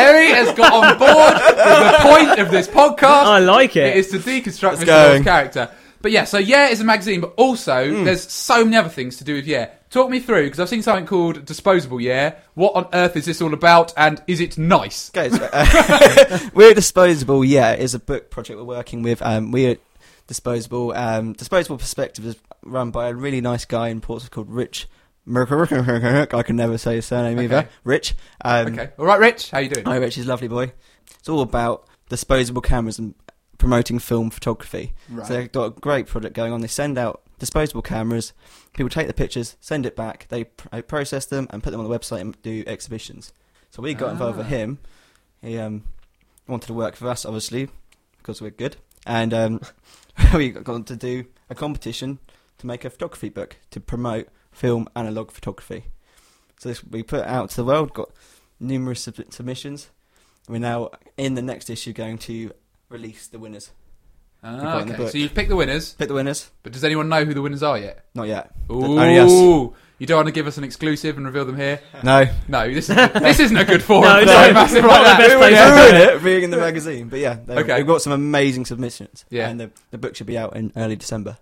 Speaker 1: Eric has got on board with the point of this podcast.
Speaker 2: I like it.
Speaker 1: It is to deconstruct Mr. North's
Speaker 4: going. Hmm.
Speaker 1: character. But yeah, so yeah is a magazine, but also there's so many other things to do with yeah. Talk me through because I've seen something called disposable yeah. What on earth is this all about? And is it nice?
Speaker 4: Okay, so, uh, We're Disposable, yeah, is a book project we're working with. Um, we at Disposable. Um, Disposable Perspective is run by a really nice guy in Portsmouth called Rich. Merk- I can never say his surname
Speaker 1: Okay.
Speaker 4: either. Rich. Um,
Speaker 1: Okay, all right, Rich, how you doing?
Speaker 4: Hi, Rich. He's a lovely boy. It's all about disposable cameras and promoting film photography. So they've got a great project going on. They send out disposable cameras. People take the pictures, send it back. They pr- process them and put them on the website and do exhibitions. So we got involved with
Speaker 1: Ah.
Speaker 4: him. He um, wanted to work for us, obviously, because we're good. And um, we got gone to do a competition to make a photography book to promote film analog photography. So this we put out to the world. Got numerous sub- submissions. We're now in the next issue going to release the winners. We've
Speaker 1: Ah,
Speaker 4: got it in the
Speaker 1: okay,
Speaker 4: book.
Speaker 1: so you've picked the winners,
Speaker 4: Pick the winners.
Speaker 1: but does anyone know who the winners are yet?
Speaker 4: Not yet.
Speaker 1: Ooh,
Speaker 4: only us.
Speaker 1: you don't want to give us an exclusive and reveal them here?
Speaker 4: No.
Speaker 1: No, this isn't, this isn't a good forum.
Speaker 2: No,
Speaker 1: for
Speaker 2: no,
Speaker 1: something massive
Speaker 2: not
Speaker 1: like
Speaker 2: the
Speaker 1: that.
Speaker 2: best
Speaker 1: Who would-
Speaker 2: place to
Speaker 4: They're
Speaker 2: Yeah.
Speaker 4: ruin it being in the magazine, but yeah, they-
Speaker 1: Okay.
Speaker 4: they've got some amazing submissions.
Speaker 1: Yeah.
Speaker 4: and the, the book should be out in early December.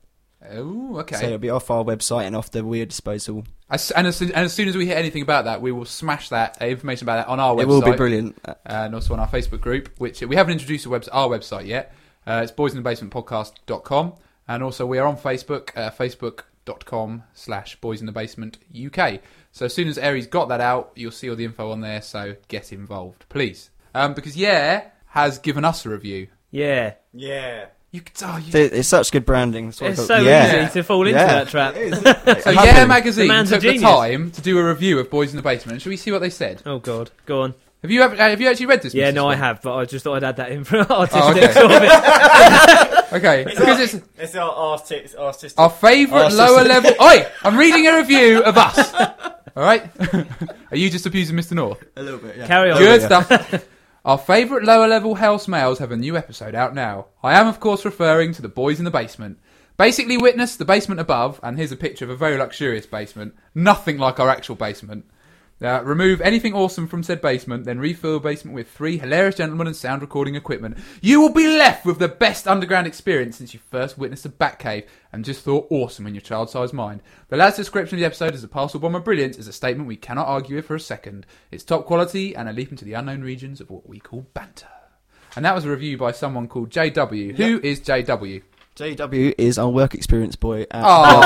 Speaker 1: Ooh, okay.
Speaker 4: So it'll be off our website and off the Weird Disposal.
Speaker 1: As, and, as, soon- and as soon as we hear anything about that, we will smash that uh, information about that on our website.
Speaker 4: It will be brilliant. Uh,
Speaker 1: and also on our Facebook group, which we haven't introduced a webs- our website yet. Uh, it's boysinthebasementpodcast.com. And also we are on Facebook, uh, facebook.com slash boysinthebasement UK. So as soon as Eri's got that out, you'll see all the info on there. So get involved, please. Um, because Yeah has given us a review.
Speaker 2: Yeah.
Speaker 3: Yeah.
Speaker 1: You, could- oh, you,
Speaker 4: th- It's such good branding. That's why I
Speaker 2: It's
Speaker 4: thought-
Speaker 2: so
Speaker 4: yeah.
Speaker 2: easy to fall into
Speaker 4: Yeah.
Speaker 2: that trap.
Speaker 1: so
Speaker 4: It
Speaker 1: Yeah
Speaker 4: happened.
Speaker 1: magazine
Speaker 2: The man's a
Speaker 1: took the
Speaker 2: genius.
Speaker 1: time to do a review of Boys in the Basement. Should we see what they said?
Speaker 2: Oh, God. Go on.
Speaker 1: uh, Have you ever, have you actually read this?
Speaker 2: Yeah,
Speaker 1: Mr.
Speaker 2: no, I
Speaker 1: Scott?
Speaker 2: have, but I just thought I'd add that in for artistic
Speaker 1: Oh, okay.
Speaker 2: sort of it.
Speaker 1: Okay, because it's
Speaker 3: It's our artist, artist.
Speaker 1: our favourite
Speaker 4: Our
Speaker 1: lower
Speaker 4: sister-
Speaker 1: level. Oi, I'm reading a review of us. All right, are you just abusing Mr. North?
Speaker 4: A little bit, yeah.
Speaker 2: Carry on.
Speaker 1: Good stuff. Our favourite lower level house males have a new episode out now. I am, of course, referring to the boys in the basement. Basically, witness the basement above, and here's a picture of a very luxurious basement. Nothing like our actual basement. Uh, remove anything awesome from said basement, then refill the basement with three hilarious gentlemen and sound recording equipment. You will be left with the best underground experience since you first witnessed a Batcave and just thought awesome in your child sized mind. The lad's description of the episode as a parcel bomber brilliance is a statement we cannot argue with for a second. It's top quality and a leap into the unknown regions of what we call banter. And that was a review by someone called JW. Who is JW?
Speaker 4: JW is our work experience boy. At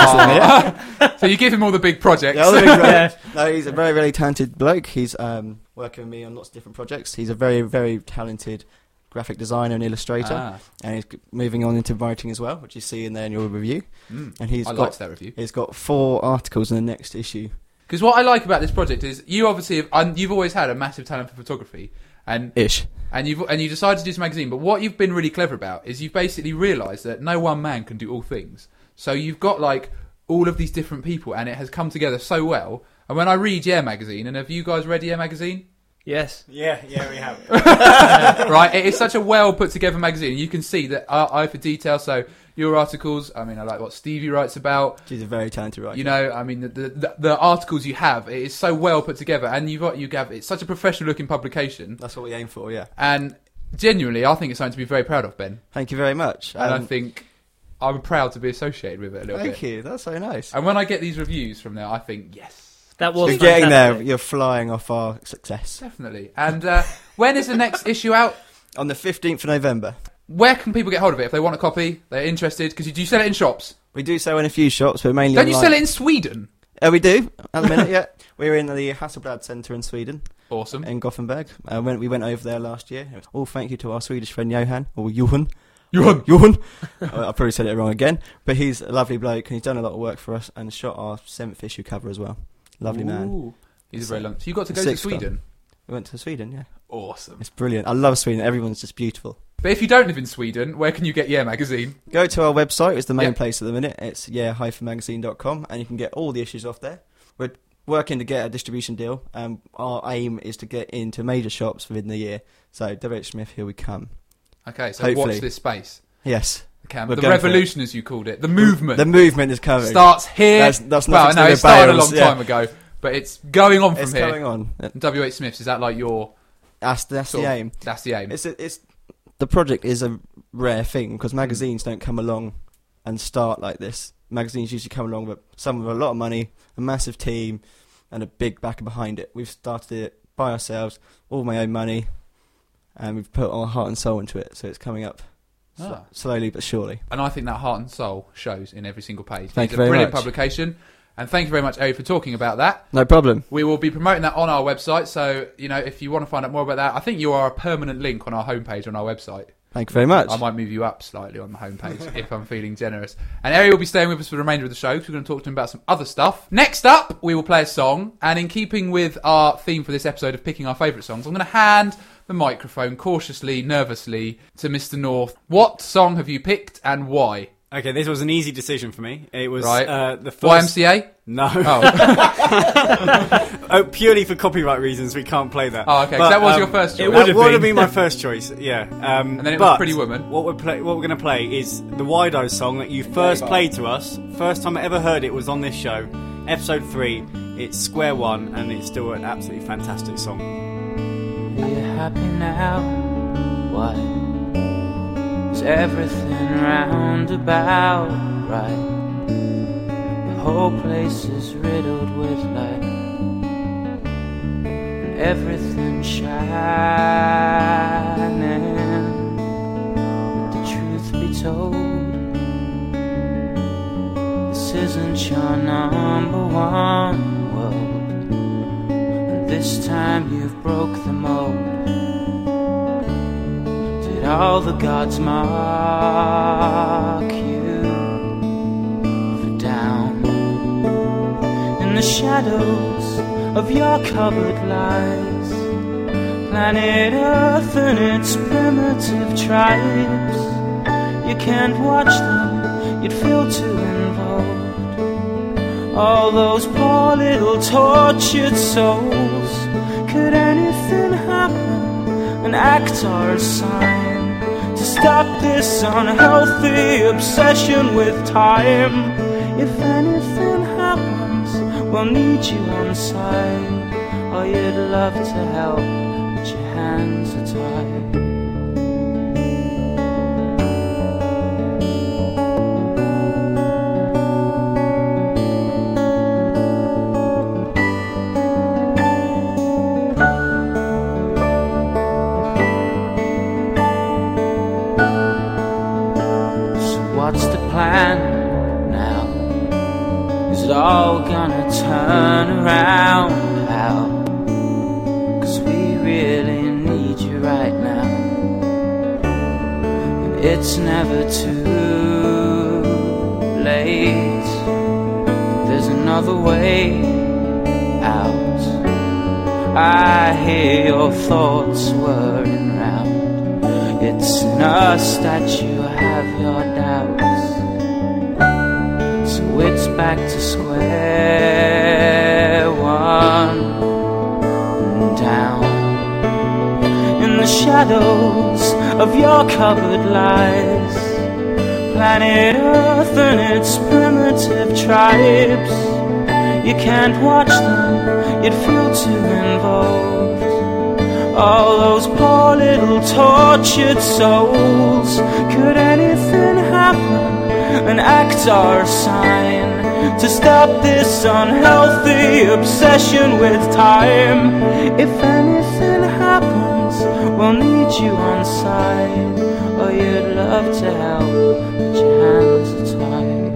Speaker 1: Oh, so you give him all the big projects.
Speaker 4: The other big brother-
Speaker 2: Yeah.
Speaker 4: No, he's a very, very talented bloke. He's um, working with me on lots of different projects. He's a very, very talented graphic designer and illustrator,
Speaker 1: Ah,
Speaker 4: and he's g- moving on into writing as well, which you see in there in your review.
Speaker 1: mm.
Speaker 4: And he's
Speaker 1: I
Speaker 4: got
Speaker 1: liked that review.
Speaker 4: he's got four articles in the next issue.
Speaker 1: Because what I like about this project is you obviously have, and you've always had a massive talent for photography, and
Speaker 4: Ish.
Speaker 1: and you've and you decided to do this magazine. But what you've been really clever about is you've basically realised that no one man can do all things. So you've got like all of these different people, and it has come together so well. And when I read Yeah magazine, and have you guys read Yeah magazine?
Speaker 2: Yes.
Speaker 3: Yeah, yeah, we have.
Speaker 1: right, it is such a well put together magazine. You can see that I, I for detail. So your articles, I mean, I like what Stevie writes about.
Speaker 4: He's a very talented writer.
Speaker 1: You know, I mean, the, the the articles you have, it is so well put together, and you've got you have it's such a professional looking publication,
Speaker 4: That's what we aim for, yeah.
Speaker 1: and genuinely, I think it's something to be very proud of, Ben,
Speaker 4: Thank you very much.
Speaker 1: and
Speaker 4: Um,
Speaker 1: I think I'm proud to be associated with it a little
Speaker 4: thank
Speaker 1: bit.
Speaker 4: you. That's so nice.
Speaker 1: And when I get these reviews from there, I think yes,
Speaker 2: That was
Speaker 4: You're getting there.
Speaker 2: fantastic.
Speaker 4: You're flying off our success.
Speaker 1: definitely. And uh, when is the next issue out?
Speaker 4: On the 15th of November,
Speaker 1: Where can people get hold of it if they want a copy? They're interested because you do you sell it in shops.
Speaker 4: we do so in a few shops, but mainly
Speaker 1: Don't you
Speaker 4: online.
Speaker 1: sell it in Sweden?
Speaker 4: Uh, we do at the minute. Yeah, we're in the Hasselblad Centre in Sweden,
Speaker 1: Awesome.
Speaker 4: in Gothenburg. Uh, when we went over there last year, all thank you to our Swedish friend Johan or Johan.
Speaker 1: Johan.
Speaker 4: Johan. I I probably said it wrong again, but he's a lovely bloke and he's done a lot of work for us and shot our seventh issue cover as well. Lovely man.
Speaker 1: Ooh. He's a very long. So you got to go to
Speaker 4: Six fun.
Speaker 1: Sweden.
Speaker 4: We went to Sweden. Yeah,
Speaker 1: Awesome.
Speaker 4: it's brilliant. I love Sweden. Everyone's just beautiful.
Speaker 1: But if you don't live in Sweden, where can you get Yeah magazine?
Speaker 4: Go to our website. It's the main
Speaker 1: Yeah.
Speaker 4: place at the minute. It's yeah-magazine.com, and you can get all the issues off there. We're working to get a distribution deal, and our aim is to get into major shops within the year. So, WH Smith, here we come.
Speaker 1: Okay, so
Speaker 4: Hopefully.
Speaker 1: watch this space.
Speaker 4: Yes,
Speaker 1: The, cam-
Speaker 4: We're
Speaker 1: the
Speaker 4: going for it.
Speaker 1: revolution, as you called it, the movement
Speaker 4: The movement is coming.
Speaker 1: starts here.
Speaker 4: That's- that's
Speaker 1: well,
Speaker 4: nothing to
Speaker 1: no,
Speaker 4: do
Speaker 1: it
Speaker 4: with
Speaker 1: started a
Speaker 4: Bales,
Speaker 1: long
Speaker 4: yeah.
Speaker 1: time ago, but it's going on from
Speaker 4: it's
Speaker 1: here.
Speaker 4: going on.
Speaker 1: And WH Smiths is that like your?
Speaker 4: That's that's
Speaker 1: Sort
Speaker 4: the
Speaker 1: of.
Speaker 4: aim.
Speaker 1: That's the aim.
Speaker 4: It's a, it's the project is a rare thing because magazines don't come along and start like this. Magazines usually come along with someone with a lot of money, a massive team, and a big backer behind it. We've started it by ourselves, all my own money, and we've put our heart and soul into it. So it's coming up sl-
Speaker 1: Ah.
Speaker 4: slowly but surely.
Speaker 1: and I think that heart and soul shows in every single page.
Speaker 4: Thank
Speaker 1: it's
Speaker 4: you
Speaker 1: a
Speaker 4: very
Speaker 1: brilliant
Speaker 4: much.
Speaker 1: publication, and thank you very much, Ari, for talking about that.
Speaker 4: No problem.
Speaker 1: We will be promoting that on our website, so you know if you want to find out more about that, I think you are a permanent link on our homepage on our website.
Speaker 4: Thank you very much.
Speaker 1: I might move you up slightly on the homepage if I'm feeling generous. And Eric will be staying with us for the remainder of the show because we're going to talk to him about some other stuff. Next up, we will play a song. And in keeping with our theme for this episode of picking our favourite songs, I'm going to hand the microphone cautiously, nervously to Mr. North. What song have you picked and why?
Speaker 3: okay, this was an easy decision for me. It was
Speaker 1: Right.
Speaker 3: uh, the first.
Speaker 1: YMCA?
Speaker 3: No,
Speaker 1: Oh,
Speaker 3: oh, purely for copyright reasons, we can't play that. um,
Speaker 1: Oh, okay, 'cause that was your first choice. It
Speaker 3: It would
Speaker 2: would've
Speaker 3: have been.
Speaker 2: been.
Speaker 3: my first choice. Yeah. Um,
Speaker 1: And then it was
Speaker 3: but
Speaker 1: Pretty Woman.
Speaker 3: What we're play, what we're going to play is the Wide Eye song that you first played to us. First time I ever heard it was on this show, episode three. It's Square One, and it's still an absolutely fantastic song.
Speaker 7: Are you happy now? Why? Is everything round about right? The whole place is riddled with light. And everything shining. But the truth be told, this isn't your number one world. And this time you've broke the mold. Did all the gods mark you for down? In the shadows of your cupboard lies planet Earth and its primitive tribes. You can't watch them, you'd feel too involved. All those poor little tortured souls. Could anything happen? An act or a sign to stop this unhealthy obsession with time? If anything happens, we'll need you on side. Oh, you'd love to help, but your hands are tied. So what's the plan now? Is it all gonna turn around? How? Cause we really need you right now. And it's never too late. There's another way out. I hear your thoughts whirring round. It's in us that you have your doubts. So it's back to square one and down. In the shadows of your covered lies, planet Earth and its primitive tribes. You can't watch them, you'd feel too involved. All those poor little tortured souls. Could anything happen? An act or a sign to stop this unhealthy obsession with time? If anything happens, we'll need you on side. Oh, you'd love to help, but your hands are tied.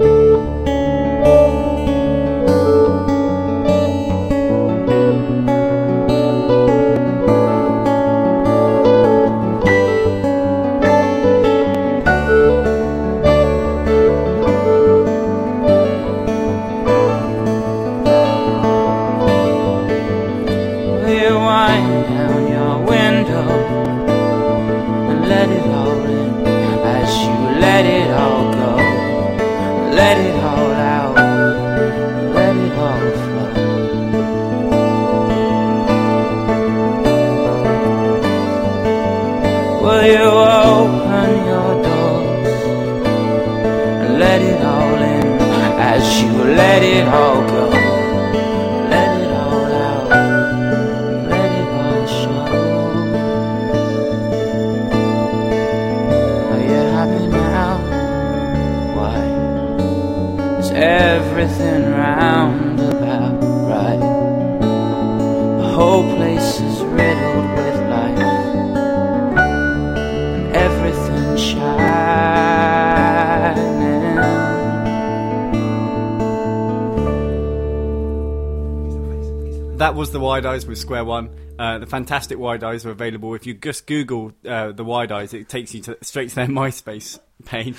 Speaker 7: Will you wind down your window and let it all in as you let it all go? Let it all out, let it all flow. Will you open your doors and let it all in as you let it all go? Let it all out. Let it all show. Are you happy now? Why? Is everything round about right? The whole place is riddled with life, and everything shining.
Speaker 3: That was the Wide Eyes with Square One. Uh, the fantastic Wide Eyes are available if you just Google uh, the Wide Eyes. It takes you to, straight to their MySpace page.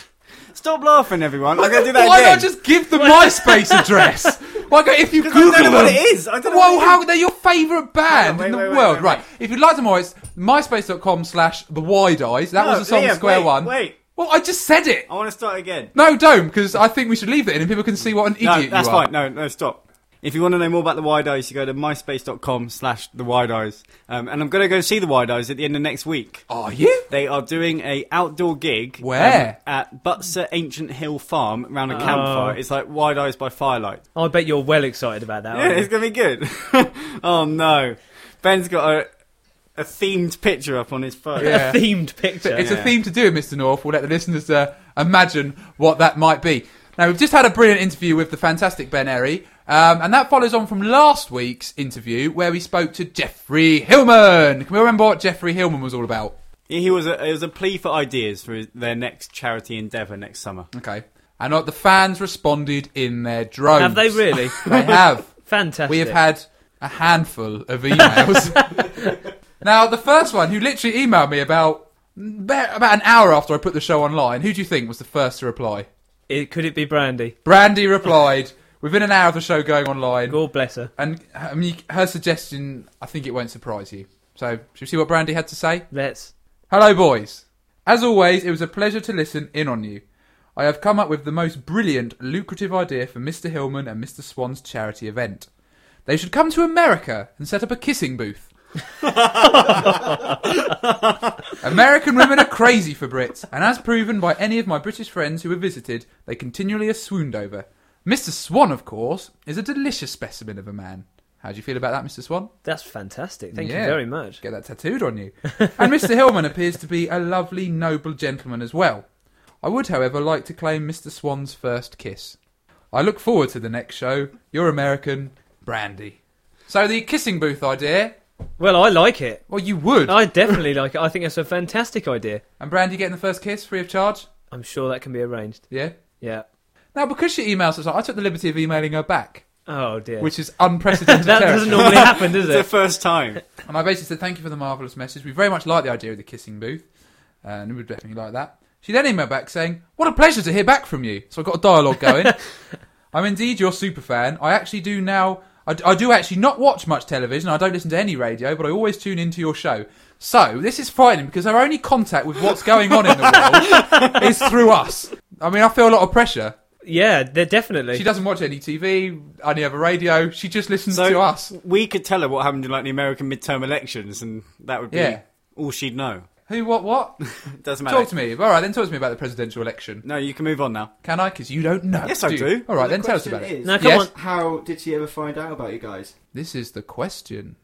Speaker 3: Stop laughing, everyone! I'm gonna do that
Speaker 1: Why
Speaker 3: again.
Speaker 1: not just give the MySpace address? Why go if you
Speaker 3: I
Speaker 1: Google
Speaker 3: don't know
Speaker 1: them?
Speaker 3: what it is. I don't know
Speaker 1: Well,
Speaker 3: what it
Speaker 1: how
Speaker 3: is.
Speaker 1: they're your favourite band
Speaker 3: No, wait,
Speaker 1: in the
Speaker 3: wait, wait,
Speaker 1: world,
Speaker 3: wait,
Speaker 1: right? If you'd like to more, it's myspace.com/slash the wide eyes. That
Speaker 3: No,
Speaker 1: was the song
Speaker 3: Liam,
Speaker 1: Square
Speaker 3: wait,
Speaker 1: One.
Speaker 3: wait. Oh.
Speaker 1: Well, I just said it.
Speaker 3: I want to start again.
Speaker 1: No, don't, because I think we should leave it in, and people can see what an
Speaker 3: No,
Speaker 1: idiot
Speaker 3: that's
Speaker 1: you are.
Speaker 3: fine. No, no, stop. If you want to know more about the Wide Eyes, you go to myspace.com slash the Wide Eyes. Um, and I'm going to go see the Wide Eyes at the end of next week.
Speaker 1: Are you?
Speaker 3: They are doing a outdoor gig.
Speaker 1: Where? Oh.
Speaker 3: um, at Butser Ancient Hill Farm around a campfire. It's like Wide Eyes by Firelight.
Speaker 2: I bet you're well excited about that.
Speaker 3: Yeah,
Speaker 2: aren't
Speaker 3: it's
Speaker 2: you?
Speaker 3: going to be good. oh, no. Ben's got a, a themed picture up on his phone.
Speaker 1: Yeah.
Speaker 2: A themed picture.
Speaker 1: It's a theme to do, Mr. North. We'll let the listeners uh, imagine what that might be. Now, we've just had a brilliant interview with the fantastic Ben Erry, um, and that follows on from last week's interview where we spoke to Jeffrey Hillman. Can we remember what Jeffrey Hillman was all about?
Speaker 3: He was a, it was a plea for ideas for his, their next charity endeavour next summer.
Speaker 1: Okay. And uh, the fans responded in their drones.
Speaker 2: Have they really?
Speaker 1: They have.
Speaker 2: Fantastic.
Speaker 1: We have had a handful of emails. now, the first one, who literally emailed me about about an hour after I put the show online, who do you think was the first to reply?
Speaker 2: It, could it be Brandy?
Speaker 1: Brandy replied within an hour of the show going online,
Speaker 2: God bless her.
Speaker 1: and I mean, her suggestion, I think it won't surprise you. So, should we see what Brandy had to say?
Speaker 2: Let's.
Speaker 1: Hello, boys. As always, it was a pleasure to listen in on you. I have come up with the most brilliant, lucrative idea for Mr. Hillman and Mr. Swan's charity event. They should come to America and set up a kissing booth. American women are crazy for Brits, and as proven by any of my British friends who have visited, they continually are swooned over. Mr. Swan, of course, is a delicious specimen of a man. How do you feel about that, Mr. Swan?
Speaker 2: That's fantastic. Thank
Speaker 1: Yeah.
Speaker 2: you very much.
Speaker 1: Get that tattooed on you. and Mr. Hillman appears to be a lovely, noble gentleman as well. I would, however, like to claim Mr. Swan's first kiss. I look forward to the next show. Your American, Brandy. So the kissing booth idea.
Speaker 2: Well, I like it.
Speaker 1: Well, you would.
Speaker 2: I definitely like it. I think it's a fantastic idea.
Speaker 1: And Brandy getting the first kiss free of charge.
Speaker 2: I'm sure that can be arranged.
Speaker 1: Yeah.
Speaker 2: Yeah.
Speaker 1: Now, because she emails us, I took the liberty of emailing her back,
Speaker 2: Oh dear.
Speaker 1: which is unprecedented.
Speaker 2: that
Speaker 1: territory.
Speaker 2: doesn't normally happen, does
Speaker 3: the
Speaker 2: it?
Speaker 3: first time.
Speaker 1: And I basically said, thank you for the marvellous message. We very much like the idea of the kissing booth, uh, and we would definitely like that. She then emailed back saying, what a pleasure to hear back from you. So I got a dialogue going. I'm indeed your super fan. I actually do now, I, I do actually not watch much television. I don't listen to any radio, but I always tune into your show. So this is frightening because our only contact with what's going on in the world is through us. I mean, I feel a lot of pressure.
Speaker 2: Yeah, de- definitely.
Speaker 1: She doesn't watch any TV, any other radio. She just listens
Speaker 3: So
Speaker 1: to us.
Speaker 3: we could tell her what happened in like the American midterm elections, and that would be
Speaker 1: Yeah.
Speaker 3: all she'd know.
Speaker 1: Who, what, what?
Speaker 3: It doesn't matter.
Speaker 1: Talk to me. All right, then talk to me about the presidential election.
Speaker 3: No, you can move on now.
Speaker 1: Can I? Because you don't know.
Speaker 3: Yes, I
Speaker 1: you?
Speaker 3: do.
Speaker 1: All right, then tell us about it.
Speaker 2: No, come
Speaker 1: Yes.
Speaker 2: on.
Speaker 4: How did she ever find out about you guys?
Speaker 1: This is the question.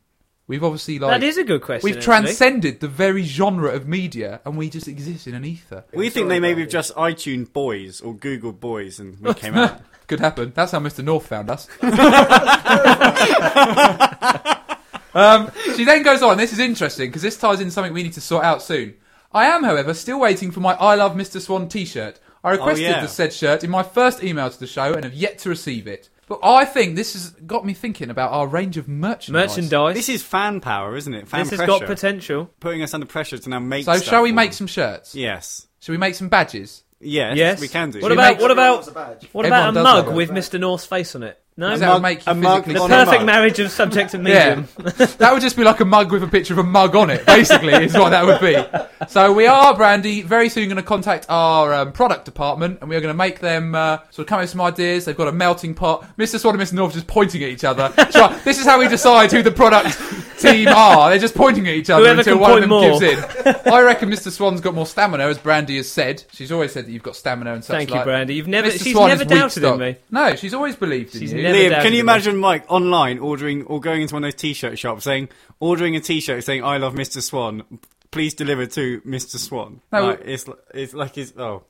Speaker 1: We've obviously like
Speaker 2: That is a good question.
Speaker 1: we've
Speaker 2: actually.
Speaker 1: transcended the very genre of media, and we just exist in an ether.
Speaker 3: We think they maybe just iTunes boys or Google boys, and we came out.
Speaker 1: Could happen. That's how Mr. North found us. um, she then goes on. This is interesting because this ties in something we need to sort out soon. I am, however, still waiting for my I Love Mr. Swan t shirt. I requested
Speaker 3: Oh, yeah.
Speaker 1: the said shirt in my first email to the show and have yet to receive it. But I think this has got me thinking about our range of merchandise.
Speaker 2: merchandise.
Speaker 3: This is fan power, isn't it? Fan
Speaker 2: This has
Speaker 3: pressure.
Speaker 2: got potential.
Speaker 3: Putting us under pressure to now make.
Speaker 1: So,
Speaker 3: stuff
Speaker 1: shall we
Speaker 3: for
Speaker 1: make
Speaker 3: them.
Speaker 1: some shirts?
Speaker 3: Yes.
Speaker 1: Shall we make some badges?
Speaker 3: Yes.
Speaker 2: Yes,
Speaker 3: We can do.
Speaker 2: What
Speaker 1: She
Speaker 2: about
Speaker 1: makes-
Speaker 2: what about
Speaker 6: It's a badge.
Speaker 2: what
Speaker 1: Everyone
Speaker 2: about a
Speaker 1: does
Speaker 2: mug
Speaker 1: that.
Speaker 2: with Mr. North's face on it? No,
Speaker 1: Is
Speaker 3: A
Speaker 1: that would
Speaker 3: mug-
Speaker 1: make you
Speaker 3: a mug
Speaker 1: physically
Speaker 2: the
Speaker 3: on
Speaker 1: sick?
Speaker 3: a
Speaker 2: perfect
Speaker 3: mug.
Speaker 2: marriage of subject and
Speaker 1: Yeah,
Speaker 2: medium.
Speaker 1: that would just be like a mug with a picture of a mug on it. Basically, is what that would be. So we are Brandy very soon going to contact our um, product department, and we are going to make them uh, sort of come up with some ideas. They've got a melting pot. Mr. Swan and Mr. North just pointing at each other. So this is how we decide who the product team are. They're just pointing at each other
Speaker 2: Whoever
Speaker 1: until
Speaker 2: can
Speaker 1: one of them
Speaker 2: point more.
Speaker 1: gives in. I reckon Mr. Swan's got more stamina, as Brandy has said. She's always said that you've got stamina and such
Speaker 2: Thank you,
Speaker 1: like.
Speaker 2: Brandy. You've never
Speaker 1: Mr.
Speaker 2: she's
Speaker 1: Swan
Speaker 2: never
Speaker 1: is weak
Speaker 2: doubted in
Speaker 1: stock.
Speaker 2: me.
Speaker 1: No, she's always believed in
Speaker 2: She's
Speaker 1: you.
Speaker 2: never
Speaker 3: Liam,
Speaker 2: doubted
Speaker 3: can you
Speaker 2: in me.
Speaker 3: imagine Mike online ordering or going into one of those t-shirt shops saying ordering a t-shirt saying "I love Mr. Swan, please deliver to Mr. Swan"?
Speaker 1: No.
Speaker 3: Like, it's li- it's like his oh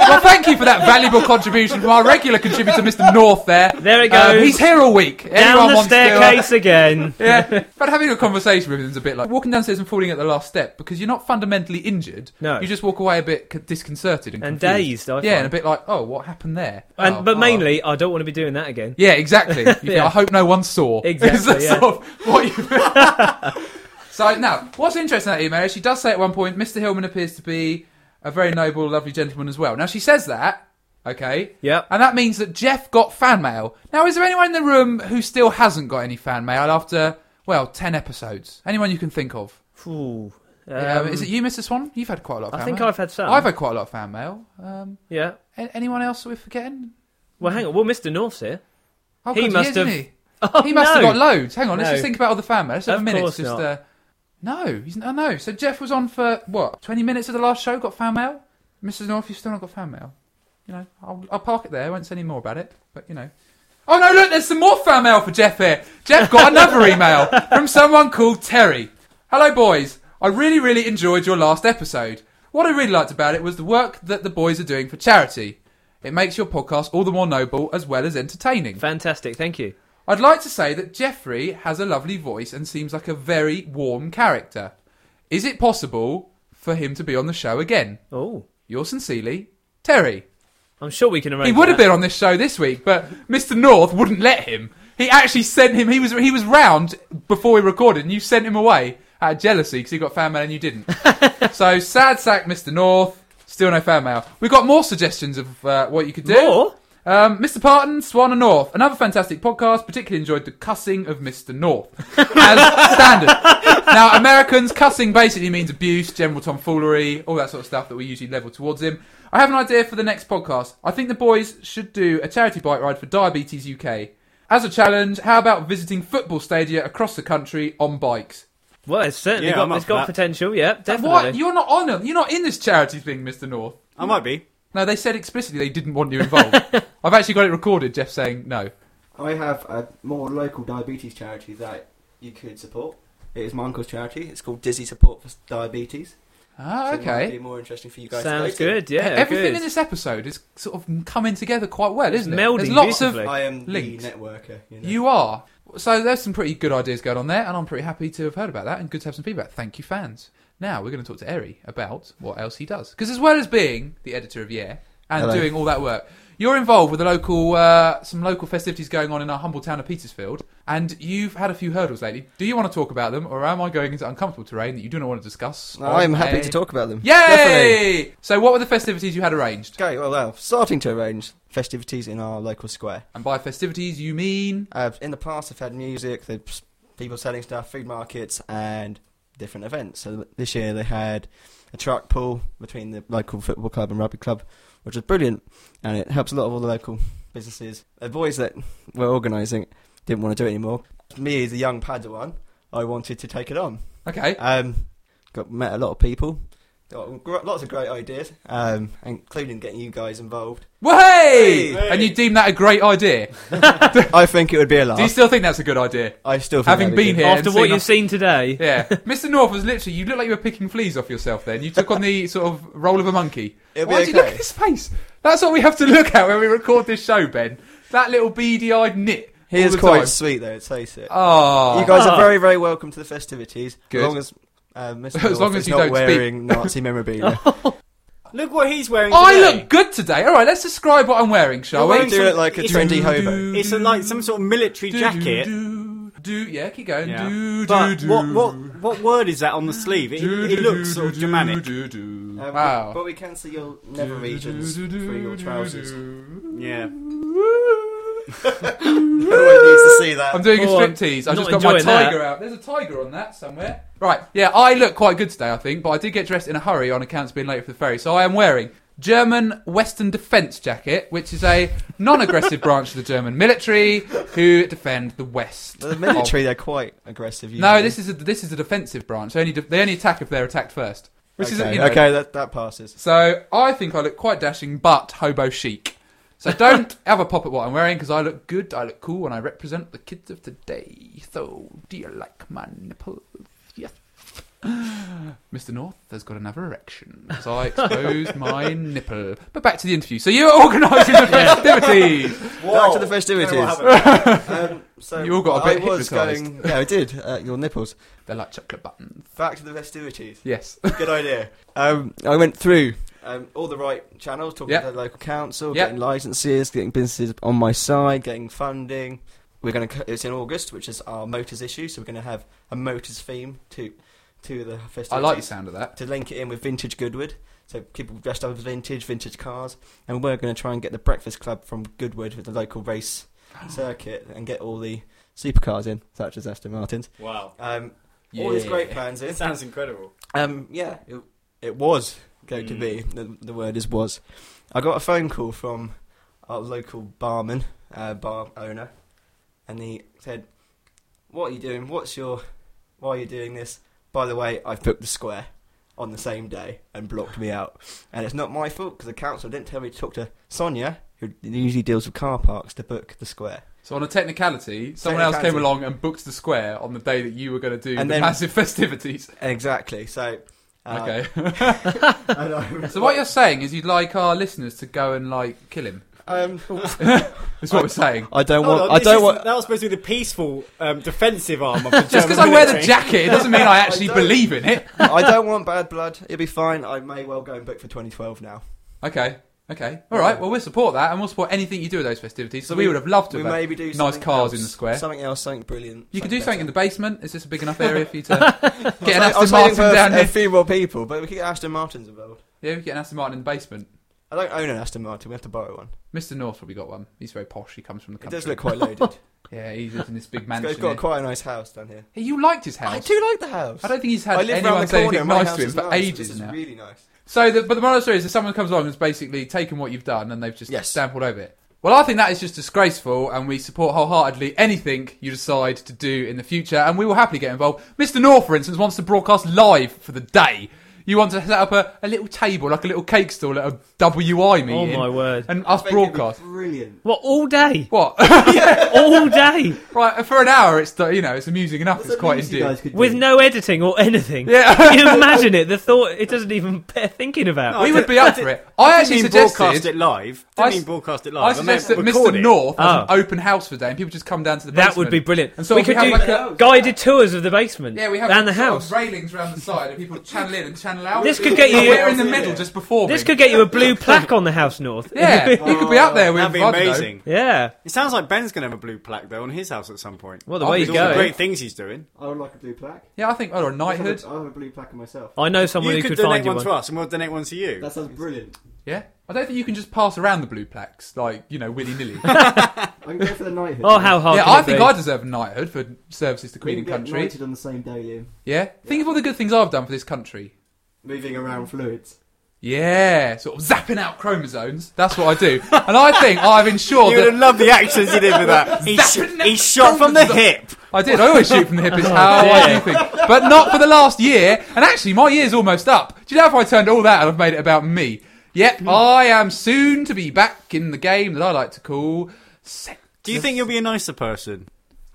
Speaker 1: Well, thank you for that valuable contribution from our regular contributor, Mr. North. There,
Speaker 2: There it
Speaker 1: Um,
Speaker 2: goes.
Speaker 1: he's here all week. Anyone
Speaker 2: Down the
Speaker 1: wants to, uh,
Speaker 2: staircase again.
Speaker 1: yeah, but having a conversation with him is a bit like walking downstairs and falling at the last step because you're not fundamentally injured.
Speaker 2: No.
Speaker 1: you just walk away a bit c- disconcerted and,
Speaker 2: And
Speaker 1: confused.
Speaker 2: dazed, I
Speaker 1: yeah,
Speaker 2: find.
Speaker 1: and a bit like, oh, what happened there?
Speaker 2: And,
Speaker 1: Oh,
Speaker 2: but
Speaker 1: oh.
Speaker 2: mainly, I don't want to be doing that again.
Speaker 1: yeah, exactly. You think,
Speaker 2: Yeah.
Speaker 1: I hope no one saw.
Speaker 2: Exactly,
Speaker 1: Is that
Speaker 2: yeah.
Speaker 1: sort of what you. so now, what's interesting in that email? is She does say at one point, Mr. Hillman appears to be a very noble, lovely gentleman as well. Now she says that. Okay.
Speaker 2: Yep.
Speaker 1: And that means that Jeff got fan mail. Now, is there anyone in the room who still hasn't got any fan mail after, well, 10 episodes? Anyone you can think of?
Speaker 2: Ooh.
Speaker 1: Um,
Speaker 2: Um,
Speaker 1: is it you, Mr. Swan? You've had quite a lot of fan
Speaker 2: I think
Speaker 1: mail.
Speaker 2: I've had some.
Speaker 1: I've had quite a lot of fan mail. Um,
Speaker 2: yeah.
Speaker 1: a- anyone else we're forgetting?
Speaker 2: Well, hang on. Well, Mr. North's here.
Speaker 1: Oh,
Speaker 2: He
Speaker 1: God,
Speaker 2: must
Speaker 1: is,
Speaker 2: have-
Speaker 1: isn't he?
Speaker 2: Oh,
Speaker 1: He must
Speaker 2: no.
Speaker 1: have got loads. Hang on, let's
Speaker 2: No.
Speaker 1: just think about all the fan mail. Let's have
Speaker 2: Of
Speaker 1: a minute.
Speaker 2: course
Speaker 1: Just,
Speaker 2: not.
Speaker 1: Uh, no, he's not. No. So Jeff was on for, what, 20 minutes of the last show, got fan mail? Mrs. North, you've still not got fan mail. You know, I'll, I'll park it there. I won't say any more about it, but you know. Oh no, look, there's some more fan mail for Jeff here. Jeff got another email from someone called Terry. Hello, boys. I really, really enjoyed your last episode. What I really liked about it was the work that the boys are doing for charity. It makes your podcast all the more noble as well as entertaining.
Speaker 2: Fantastic. Thank you.
Speaker 1: I'd like to say that Jeffrey has a lovely voice and seems like a very warm character. Is it possible for him to be on the show again?
Speaker 2: Oh,
Speaker 1: Yours sincerely, Terry.
Speaker 2: I'm sure we can arrange.
Speaker 1: He would have
Speaker 2: that.
Speaker 1: been on this show this week, but Mr. North wouldn't let him. He actually sent him. He was he was round before we recorded, and you sent him away out of jealousy because he got fan mail and you didn't. so sad sack, Mr. North. Still no fan mail. We got more suggestions of uh, what you could do.
Speaker 2: More?
Speaker 1: Um, Mr. Parton, Swan and North. Another fantastic podcast. Particularly enjoyed the cussing of Mr. North. As standard. Now, Americans, cussing basically means abuse, general tomfoolery, all that sort of stuff that we usually level towards him. I have an idea for the next podcast. I think the boys should do a charity bike ride for Diabetes UK. As a challenge, how about visiting football stadia across the country on bikes?
Speaker 2: Well, it's certainly
Speaker 3: Yeah, I'm
Speaker 2: got,
Speaker 3: up
Speaker 2: it's
Speaker 3: for
Speaker 2: got
Speaker 3: that.
Speaker 2: potential. Yeah, definitely.
Speaker 1: What? You're not on them. You're not in this charity thing, Mr. North.
Speaker 3: I might be.
Speaker 1: No, they said explicitly they didn't want you involved. I've actually got it recorded, Jeff saying no.
Speaker 4: I have a more local diabetes charity that you could support. It is my uncle's charity. It's called Dizzy Support for Diabetes.
Speaker 1: Ah,
Speaker 4: So it might be
Speaker 1: okay.
Speaker 4: more interesting for you guys. to
Speaker 2: Sounds
Speaker 4: go to.
Speaker 2: good. Yeah,
Speaker 1: Everything
Speaker 2: good.
Speaker 1: in this episode is sort of coming together quite well, isn't it?
Speaker 2: melding
Speaker 1: There's lots of
Speaker 2: beautifully.
Speaker 4: I am
Speaker 1: Linked.
Speaker 4: the networker. You, know.
Speaker 1: you are. So there's some pretty good ideas going on there, and I'm pretty happy to have heard about that, and good to have some feedback. Thank you, fans. Now we're going to talk to Eri about what else he does, because as well as being the editor of Yeah and
Speaker 4: Hello.
Speaker 1: doing all that work, you're involved with the local uh, some local festivities going on in our humble town of Petersfield, and you've had a few hurdles lately. Do you want to talk about them, or am I going into uncomfortable terrain that you do not want to discuss?
Speaker 4: I'm
Speaker 1: on
Speaker 4: happy
Speaker 1: air?
Speaker 4: to talk about them.
Speaker 1: Yay! So, what were the festivities you had arranged?
Speaker 4: Okay, well, well, starting to arrange festivities in our local square.
Speaker 1: And by festivities, you mean
Speaker 4: Uh, in the past, I've had music, the s- people selling stuff, food markets, and different events. So this year they had a truck pull between the local football club and rugby club, which was brilliant, and it helps a lot of all the local businesses. The boys that were organising didn't want to do it anymore. Me, as a young Padawan, I wanted to take it on.
Speaker 1: okay.
Speaker 4: Um, got met a lot of people, got gr- lots of great ideas, um, including getting you guys involved.
Speaker 1: Way!
Speaker 3: Hey!
Speaker 1: And you deem that a great idea?
Speaker 4: I think it would be a
Speaker 1: Do you
Speaker 4: laugh.
Speaker 1: still think that's a good idea?
Speaker 4: I still think
Speaker 1: Having
Speaker 4: that'd be
Speaker 1: been
Speaker 4: good.
Speaker 1: here
Speaker 2: After
Speaker 1: and
Speaker 2: what
Speaker 1: seen
Speaker 2: you've seen today,
Speaker 1: Yeah, Mr. North was literally. You looked like you were picking fleas off yourself. Then you took on the sort of role of a monkey.
Speaker 4: It'll be
Speaker 1: Why do you look
Speaker 4: okay.
Speaker 1: at his face? That's what we have to look at when we record this show, Ben. That little beady-eyed knit.
Speaker 4: He
Speaker 1: all
Speaker 4: is
Speaker 1: the
Speaker 4: quite
Speaker 1: time.
Speaker 4: sweet, though. Let's face it.
Speaker 1: Oh,
Speaker 4: you guys
Speaker 2: Ah.
Speaker 4: are very, very welcome to the festivities.
Speaker 1: Good.
Speaker 4: As long as, uh, Mr.
Speaker 1: As
Speaker 4: North
Speaker 1: long as
Speaker 4: is
Speaker 1: you
Speaker 4: not
Speaker 1: don't speak.
Speaker 4: wearing Nazi memorabilia.
Speaker 3: Look what he's wearing.
Speaker 1: I
Speaker 3: today.
Speaker 1: look good today. All right, let's describe what I'm wearing, shall
Speaker 3: You're
Speaker 1: we?
Speaker 3: wearing
Speaker 4: do look like a
Speaker 3: It's-
Speaker 4: trendy hobo.
Speaker 3: It's a, like some sort of military
Speaker 1: Do,
Speaker 3: jacket.
Speaker 1: Do, do, do- yeah, keep going.
Speaker 3: Yeah.
Speaker 1: Do, do,
Speaker 3: But
Speaker 1: do,
Speaker 3: what what what word is that on the sleeve? It,
Speaker 1: do,
Speaker 3: it
Speaker 1: do,
Speaker 3: looks
Speaker 1: do,
Speaker 3: sort of
Speaker 1: do,
Speaker 3: Germanic. Uh,
Speaker 1: do, do.
Speaker 4: Um,
Speaker 1: Wow.
Speaker 4: But we can see your nether regions
Speaker 1: Do, do, do,
Speaker 4: through your
Speaker 1: do,
Speaker 4: trousers. No
Speaker 1: do.
Speaker 3: Yeah.
Speaker 4: one needs to see that.
Speaker 1: I'm doing a
Speaker 2: Oh, I'm
Speaker 1: striptease. I've
Speaker 2: not
Speaker 1: just got my
Speaker 2: enjoying that.
Speaker 1: tiger out. There's a tiger on that somewhere. Right, yeah, I look quite good today, I think, but I did get dressed in a hurry on account of being late for the ferry. So I am wearing German Western Defence Jacket, which is a non-aggressive branch of the German military who defend the West.
Speaker 4: the military, they're quite aggressive.
Speaker 1: Oh. No,
Speaker 4: usually.
Speaker 1: this is a, this is a defensive branch. They only de- they only attack if they're attacked first. Which
Speaker 4: okay,
Speaker 1: is you know,
Speaker 4: okay that, that passes.
Speaker 1: So I think I look quite dashing, but hobo chic. So don't have a pop at what I'm wearing because I look good, I look cool, and I represent the kids of today. So do you like my nipples? Yes. Mr. North has got another erection because I exposed my nipple. But back to the interview. So you're organising the festivities.
Speaker 4: Back to the festivities. Um, so
Speaker 1: You all got a
Speaker 4: I
Speaker 1: bit
Speaker 4: was
Speaker 1: hypnotised.
Speaker 4: going. Yeah, I did. Uh, your nipples.
Speaker 1: They're like chocolate buttons.
Speaker 4: Back to the festivities.
Speaker 1: Yes.
Speaker 4: Good idea. Um, I went through um, all the right channels, talking
Speaker 1: Yep.
Speaker 4: to the local council,
Speaker 1: Yep.
Speaker 4: getting licences, getting businesses on my side, getting funding. We're going to. It's in August, which is our motors issue, so we're going to have a motors theme to to the festivities.
Speaker 1: I like the sound of that.
Speaker 4: to link it in with vintage Goodwood. So people dressed up as vintage, vintage cars, and we're going to try and get the Breakfast Club from Goodwood with the local race circuit and get all the supercars in, such as Aston Martins.
Speaker 3: Wow.
Speaker 4: Um, All these great plans in.
Speaker 3: It sounds incredible.
Speaker 4: Um, yeah, it, it was going to
Speaker 3: Mm.
Speaker 4: be. The, the word is was. I got a phone call from our local barman, uh, bar owner, and he said, "What are you doing? What's your? Why are you doing this? By the way, I've booked the square on the same day and blocked me out, and it's not my fault because the council didn't tell me to talk to Sonia, who usually deals with car parks, to book the square."
Speaker 1: So on a technicality, someone else came
Speaker 4: Technicality.
Speaker 1: along and booked the square on the day that you were going to do
Speaker 4: And
Speaker 1: the
Speaker 4: then-
Speaker 1: massive festivities.
Speaker 4: Exactly. So. uh,
Speaker 1: okay.
Speaker 4: and I-
Speaker 1: Um, So what you're saying is you'd like our listeners to go and like kill him.
Speaker 4: Um,
Speaker 1: Is what we're saying.
Speaker 4: I don't
Speaker 3: Hold
Speaker 4: want.
Speaker 3: on,
Speaker 4: I
Speaker 3: this
Speaker 4: don't
Speaker 3: is-
Speaker 4: want.
Speaker 3: That was supposed to be the peaceful um, defensive arm of the German
Speaker 1: Just because I wear the
Speaker 3: military.
Speaker 1: jacket, it doesn't mean I actually
Speaker 4: don't-
Speaker 1: believe in it.
Speaker 4: I don't want bad blood. It'll be fine. I may well go and book for 2012 now.
Speaker 1: Okay. Okay. All right. Well, we'll support that, and we'll support anything you do with those festivities. So we, would have loved to.
Speaker 4: We
Speaker 1: have had-
Speaker 4: maybe do
Speaker 1: nice
Speaker 4: something
Speaker 1: cars
Speaker 4: else,
Speaker 1: in the square.
Speaker 4: Something else, something brilliant.
Speaker 1: you could do something in the basement. Is this a big enough area for you to get an
Speaker 4: I
Speaker 1: Aston
Speaker 4: was waiting
Speaker 1: Martin
Speaker 4: for a-
Speaker 1: down
Speaker 4: a
Speaker 1: here?
Speaker 4: few more people, but we could get Aston Martins involved.
Speaker 1: Yeah, we could get an Aston Martin in the basement.
Speaker 4: I don't own an Aston Martin. We have to borrow one.
Speaker 1: Mr. North probably got one. He's very posh. He comes from the
Speaker 4: It
Speaker 1: country.
Speaker 4: does look quite loaded.
Speaker 1: Yeah, he lives in this big
Speaker 4: It's
Speaker 1: mansion.
Speaker 4: got, it's got
Speaker 1: here.
Speaker 4: quite a nice house down here.
Speaker 1: Hey, you liked his house.
Speaker 4: I do like the house.
Speaker 1: I don't think he's
Speaker 4: I
Speaker 1: had
Speaker 4: live round
Speaker 1: anyone
Speaker 4: the
Speaker 1: say
Speaker 4: corner.
Speaker 1: anything
Speaker 4: and my
Speaker 1: nice
Speaker 4: house
Speaker 1: to him
Speaker 4: is
Speaker 1: for
Speaker 4: nice. This
Speaker 1: ages
Speaker 4: is
Speaker 1: now.
Speaker 4: really nice.
Speaker 1: So, the, but the moral of the story is that someone comes along and's basically taken what you've done and they've just
Speaker 4: Yes.
Speaker 1: stamped all over it. Well, I think that is just disgraceful, and we support wholeheartedly anything you decide to do in the future, and we will happily get involved. Mr. North, for instance, wants to broadcast live for the day. You want to set up a, a little table, like a little cake stall at a WI
Speaker 2: Oh
Speaker 1: meeting,
Speaker 2: my word!
Speaker 1: and us
Speaker 4: I think it'd be
Speaker 1: broadcast.
Speaker 4: Brilliant.
Speaker 2: What all day?
Speaker 1: What?
Speaker 2: All day
Speaker 1: right, for an hour, it's you know, it's amusing enough. it's quite endearing.
Speaker 2: with no editing or anything.
Speaker 1: Yeah.
Speaker 2: Can you imagine it? The thought it doesn't even bear thinking about.
Speaker 1: we
Speaker 3: I
Speaker 1: would
Speaker 3: did-
Speaker 1: be up for it. I,
Speaker 3: didn't
Speaker 1: actually
Speaker 3: mean broadcast
Speaker 1: suggested.
Speaker 3: it live. Didn't
Speaker 1: I
Speaker 3: mean
Speaker 1: s-
Speaker 3: broadcast it live.
Speaker 1: I
Speaker 3: meant
Speaker 1: suggested
Speaker 3: record
Speaker 1: Mr.
Speaker 3: it.
Speaker 1: North has
Speaker 2: Oh.
Speaker 1: an open house for the day, and people just come down to the.
Speaker 2: that would
Speaker 1: basement.
Speaker 2: be brilliant.
Speaker 1: And so
Speaker 2: we could
Speaker 1: have
Speaker 2: do
Speaker 1: like a,
Speaker 2: guided tours of the basement.
Speaker 1: yeah, we have
Speaker 2: and the
Speaker 1: sort of
Speaker 2: house.
Speaker 1: railings around the side, and people channel in and channel out.
Speaker 2: This could get you-
Speaker 1: And We're in the middle, just before.
Speaker 2: This
Speaker 1: me.
Speaker 2: could get you a blue plaque on the house north.
Speaker 1: Yeah, you could be up there with.
Speaker 3: Oh, That'd be
Speaker 1: I don't know.
Speaker 3: amazing.
Speaker 2: yeah.
Speaker 3: It sounds like Ben's gonna have a blue plaque though on his house at some point.
Speaker 2: Well, the
Speaker 1: I'll
Speaker 2: way
Speaker 1: be
Speaker 2: he's
Speaker 3: With all the
Speaker 2: going,
Speaker 3: great things he's doing.
Speaker 4: I would like a blue plaque.
Speaker 1: Yeah, I think. Oh, a knighthood.
Speaker 4: I have a blue plaque myself.
Speaker 2: I know someone
Speaker 3: you
Speaker 2: who
Speaker 3: could,
Speaker 2: could
Speaker 3: donate
Speaker 2: find you
Speaker 3: one,
Speaker 2: one.
Speaker 3: to us, and we'll donate one to you.
Speaker 4: sounds brilliant.
Speaker 1: Yeah. I don't think you can just pass around the blue plaques like you know willy nilly.
Speaker 4: I can go for the knighthood.
Speaker 2: Oh, how hard!
Speaker 1: yeah,
Speaker 2: can
Speaker 1: I
Speaker 2: it
Speaker 1: think
Speaker 2: be?
Speaker 1: I deserve a knighthood for services to Queen and Country.
Speaker 4: on the same day, Liam.
Speaker 1: Yeah? Think of all the good things I've done for this country.
Speaker 4: Moving around fluids.
Speaker 1: Yeah, sort of zapping out chromosomes. That's what I do, and I think I've ensured
Speaker 3: You would
Speaker 1: that
Speaker 3: have loved Oh, the actions he did with that. He, sh- he shot from the hip.
Speaker 1: I did. I always shoot from the hip. It's
Speaker 2: Oh,
Speaker 1: how I do things, but not for the last year. And actually, my year's almost up. Do you know if I turned all that and I've made it about me? Yep,
Speaker 2: Hmm.
Speaker 1: I am soon to be back in the game that I like to call. Sex.
Speaker 3: Do you think you'll be a nicer person?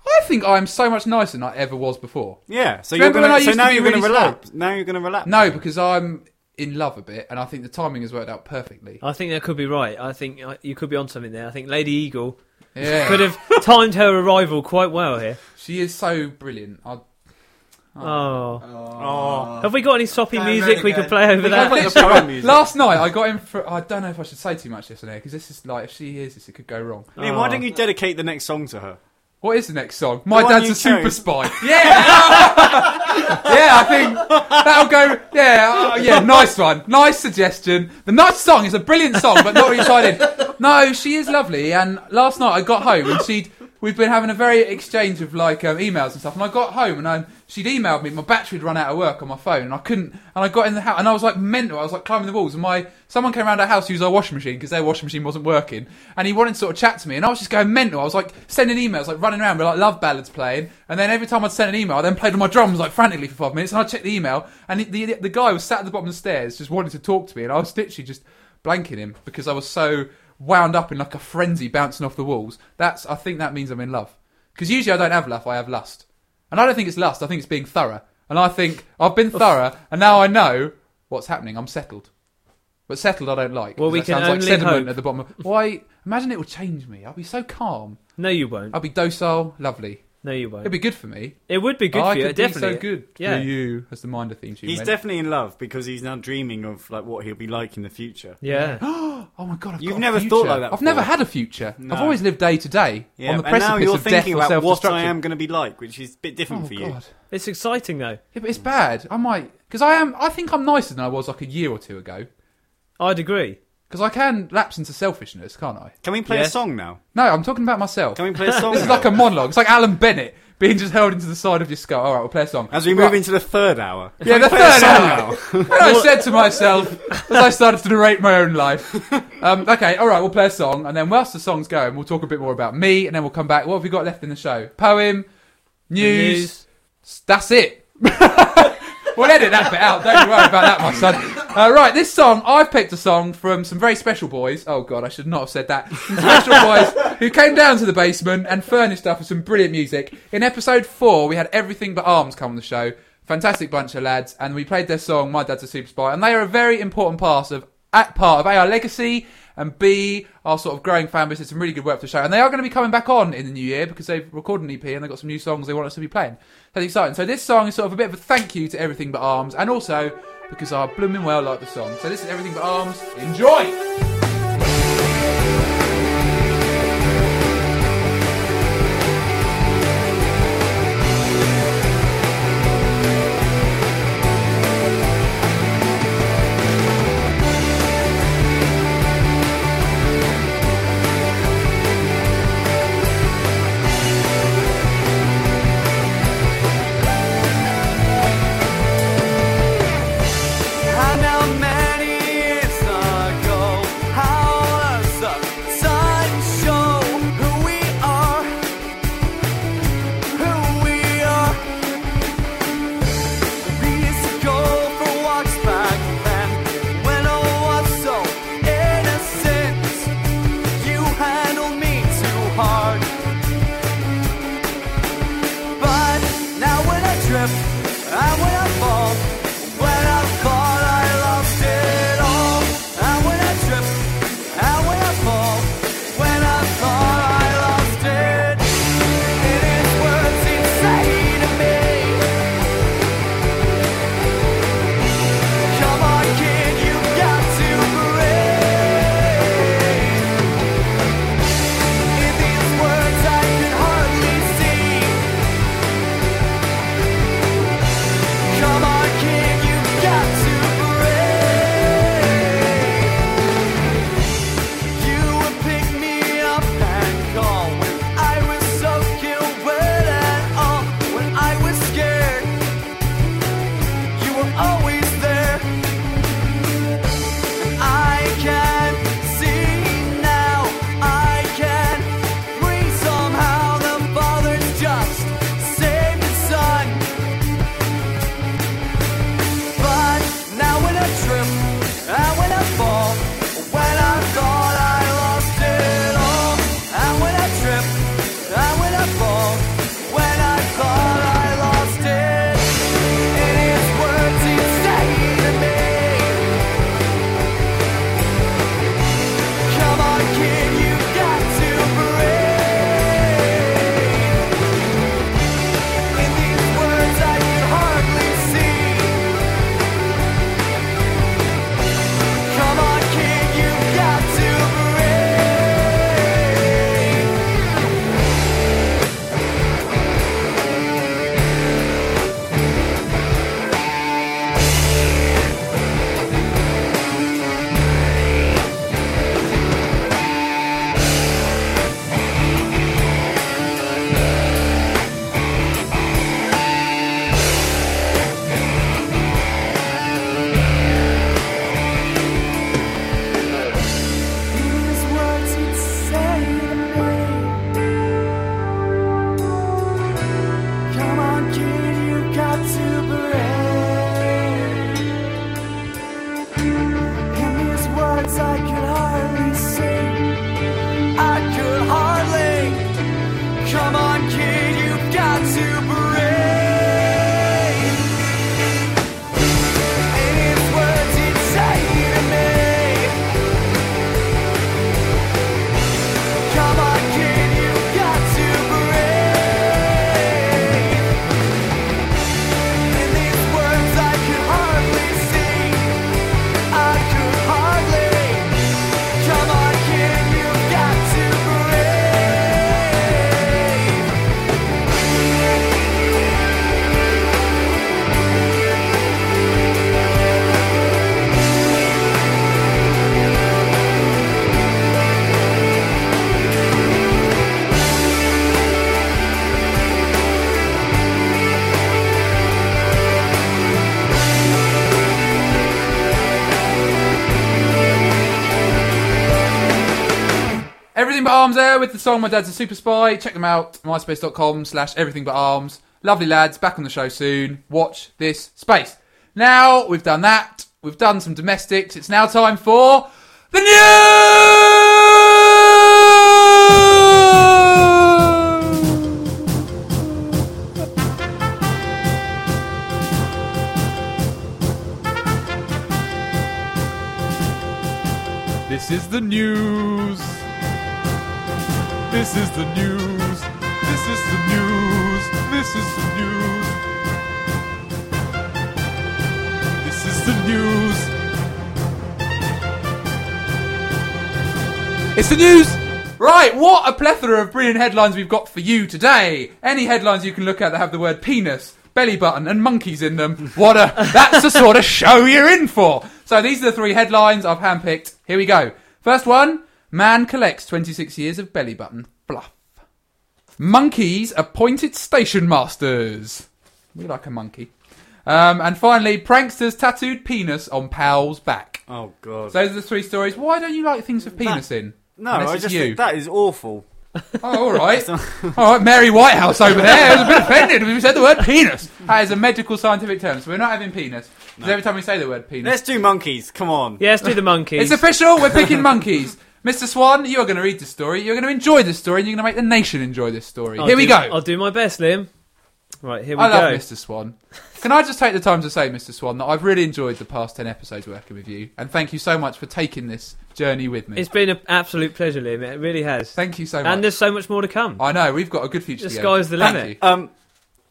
Speaker 1: I think I'm so much nicer than I ever was before.
Speaker 3: Yeah. So
Speaker 1: Remember
Speaker 3: you're
Speaker 1: when I
Speaker 3: gonna. So
Speaker 1: used to
Speaker 3: now
Speaker 1: be
Speaker 3: you're
Speaker 1: really
Speaker 3: gonna relapse. Now you're gonna relapse.
Speaker 1: No, because I'm in love a bit, and I think the timing has worked out perfectly.
Speaker 2: I think that could be right. I think uh, you could be on something there. I think Lady Eagle
Speaker 1: Yeah,
Speaker 2: could have timed her arrival quite well here.
Speaker 1: she is so brilliant. I
Speaker 2: Oh.
Speaker 3: Oh.
Speaker 2: Have we got any soppy
Speaker 4: Download
Speaker 2: music we
Speaker 4: again.
Speaker 2: could play over
Speaker 1: We
Speaker 2: that?
Speaker 1: can-
Speaker 3: Like the poem music.
Speaker 1: Last night I got in for. I don't know if I should say too much this on here because this is like if she hears this, it could go wrong.
Speaker 3: I mean, why don't you dedicate the next song to her?
Speaker 1: What is the next song? My
Speaker 3: one
Speaker 1: dad's
Speaker 3: you
Speaker 1: a super
Speaker 3: chose.
Speaker 1: spy. Yeah, yeah. I think that'll go. Yeah, uh, yeah. Nice one. Nice suggestion. The nice song is a brilliant song, but not really tied in. No, she is lovely. And last night I got home and she'd. We've been having a very exchange of like um, emails and stuff, and I got home and um, she'd emailed me. My battery'd run out of work on my phone, and I couldn't. And I got in the house, and I was like mental. I was like climbing the walls, and my someone came around our house to use our washing machine because their washing machine wasn't working, and he wanted to sort of chat to me, and I was just going mental. I was like sending emails, like running around with like love ballads playing, and then every time I'd send an email, I then played on my drums like frantically for five minutes, and I checked the email, and the, the the guy was sat at the bottom of the stairs just wanting to talk to me, and I was literally just blanking him because I was so wound up in like a frenzy bouncing off the walls. That's I think that means I'm in love because usually I don't have love, I have lust, and I don't think it's lust. I think it's being thorough, and I think I've been thorough, and now I know what's happening. I'm settled. But settled, I don't like.
Speaker 2: Well,
Speaker 1: 'cause
Speaker 2: we
Speaker 1: that
Speaker 2: can
Speaker 1: sounds like
Speaker 2: only
Speaker 1: sediment
Speaker 2: hope.
Speaker 1: at the bottom. Of, why? Imagine it will change me. I'll be so calm.
Speaker 2: No, you won't.
Speaker 1: I'll be docile, lovely.
Speaker 2: No, you won't.
Speaker 1: It'd be good for me.
Speaker 2: It would be good
Speaker 1: I
Speaker 2: for you.
Speaker 1: could
Speaker 2: Definitely.
Speaker 1: be so good
Speaker 2: Yeah.
Speaker 1: for you, as the minder theme tune.
Speaker 3: He's
Speaker 1: went.
Speaker 3: definitely in love because he's now dreaming of like what he'll be like in the future.
Speaker 2: Yeah.
Speaker 1: oh my god, I've
Speaker 3: You've
Speaker 1: got a
Speaker 3: never
Speaker 1: future.
Speaker 3: thought like that
Speaker 1: I've never
Speaker 3: before.
Speaker 1: had a future.
Speaker 3: No.
Speaker 1: I've always lived day to day
Speaker 3: Yeah,
Speaker 1: on the
Speaker 3: and
Speaker 1: precipice
Speaker 3: now you're
Speaker 1: of death
Speaker 3: thinking
Speaker 1: or
Speaker 3: about what
Speaker 1: self-destruction.
Speaker 3: I am going to be like, which is a bit different
Speaker 1: oh
Speaker 3: for you.
Speaker 1: god,
Speaker 2: it's exciting though.
Speaker 1: yeah, but it's bad. I might because I am. I think I'm nicer than I was like a year or two ago.
Speaker 2: I'd agree.
Speaker 1: Because I can lapse into selfishness, can't I?
Speaker 3: Can we play
Speaker 2: Yeah.
Speaker 3: a song now?
Speaker 1: No, I'm talking about myself.
Speaker 3: Can we play a song?
Speaker 1: This is
Speaker 3: now?
Speaker 1: like a monologue. It's like Alan Bennett being just hurled into the side of your skull. All right, we'll play a song.
Speaker 3: As we
Speaker 1: Right.
Speaker 3: move into the third hour.
Speaker 1: yeah, the
Speaker 3: Play a
Speaker 1: third
Speaker 3: song
Speaker 1: hour.
Speaker 3: now.
Speaker 1: And I said to myself as I started to narrate my own life. Um, okay, all right, we'll play a song, and then whilst the song's going, we'll talk a bit more about me, and then we'll come back. What have we got left in the show? Poem, news. That's it. we'll edit that bit out. Don't you worry about that, my son. Uh, right, this song I've picked a song from some very special boys. Oh God, I should not have said that. Some special boys who came down to the basement and furnished us with some brilliant music. In episode four, we had everything but arms come on the show. Fantastic bunch of lads, and we played their song "My Dad's a Super Spy," and they are a very important part of at part of A our legacy and B our sort of growing fan base. It's some really good work for the show, and they are going to be coming back on in the new year because they've recorded an EP and they've got some new songs they want us to be playing. That's exciting. So this song is sort of a bit of a thank you to Everything But Arms, and also because I blooming well like the song. So this is Everything But Arms. Enjoy.
Speaker 5: Everything
Speaker 1: But Arms there with the song My Dad's a Super Spy. Check them out, myspace.com slash everything but arms. Lovely lads, back on the show soon. Watch this space. Now we've done that, we've done some domestics. It's now time for the news! This is the news. This is the news. This is the news. This is the news. This is the news. It's the news! Right, what a plethora of brilliant headlines we've got for you today. Any headlines you can look at that have the word penis, belly button, and monkeys in them. What a that's the sort of show you're in for. So these are the three headlines I've handpicked. Here we go. First one: Man collects 26 years of belly button bluff. Monkeys appointed station masters. We like a monkey. Um, and finally, pranksters tattooed penis on pal's back.
Speaker 3: Oh god.
Speaker 1: So those are the three stories. Why don't you like things with penis in?
Speaker 3: no,
Speaker 1: Unless
Speaker 3: I
Speaker 1: it's
Speaker 3: just
Speaker 1: you.
Speaker 3: think that is awful.
Speaker 1: Oh, all right. all right, Mary Whitehouse over there was a bit offended when we said the word penis. That is a medical scientific term, so we're not having penis. 'Cause every time we say the word penis,
Speaker 3: Let's do monkeys. Come on.
Speaker 2: Yeah, let's do the monkeys.
Speaker 1: it's official, we're picking monkeys. Mr. Swan, you are going to read this story, you're going to enjoy this story, and you're going to make the nation enjoy this story.
Speaker 2: I'll
Speaker 1: here we
Speaker 2: do-
Speaker 1: go.
Speaker 2: I'll do my best, Liam. Right, here oh, we
Speaker 1: I
Speaker 2: go.
Speaker 1: love Mr. Swan. Can I just take the time to say, Mr. Swan, that I've really enjoyed the past 10 episodes working with you, and thank you so much for taking this journey with me.
Speaker 2: It's been an absolute pleasure, Liam. It really has.
Speaker 1: thank you so much.
Speaker 2: and there's so much more to come.
Speaker 1: I know, we've got a good future.
Speaker 2: The
Speaker 1: together.
Speaker 2: sky's the
Speaker 1: Thank
Speaker 2: limit.
Speaker 1: you.
Speaker 3: Um,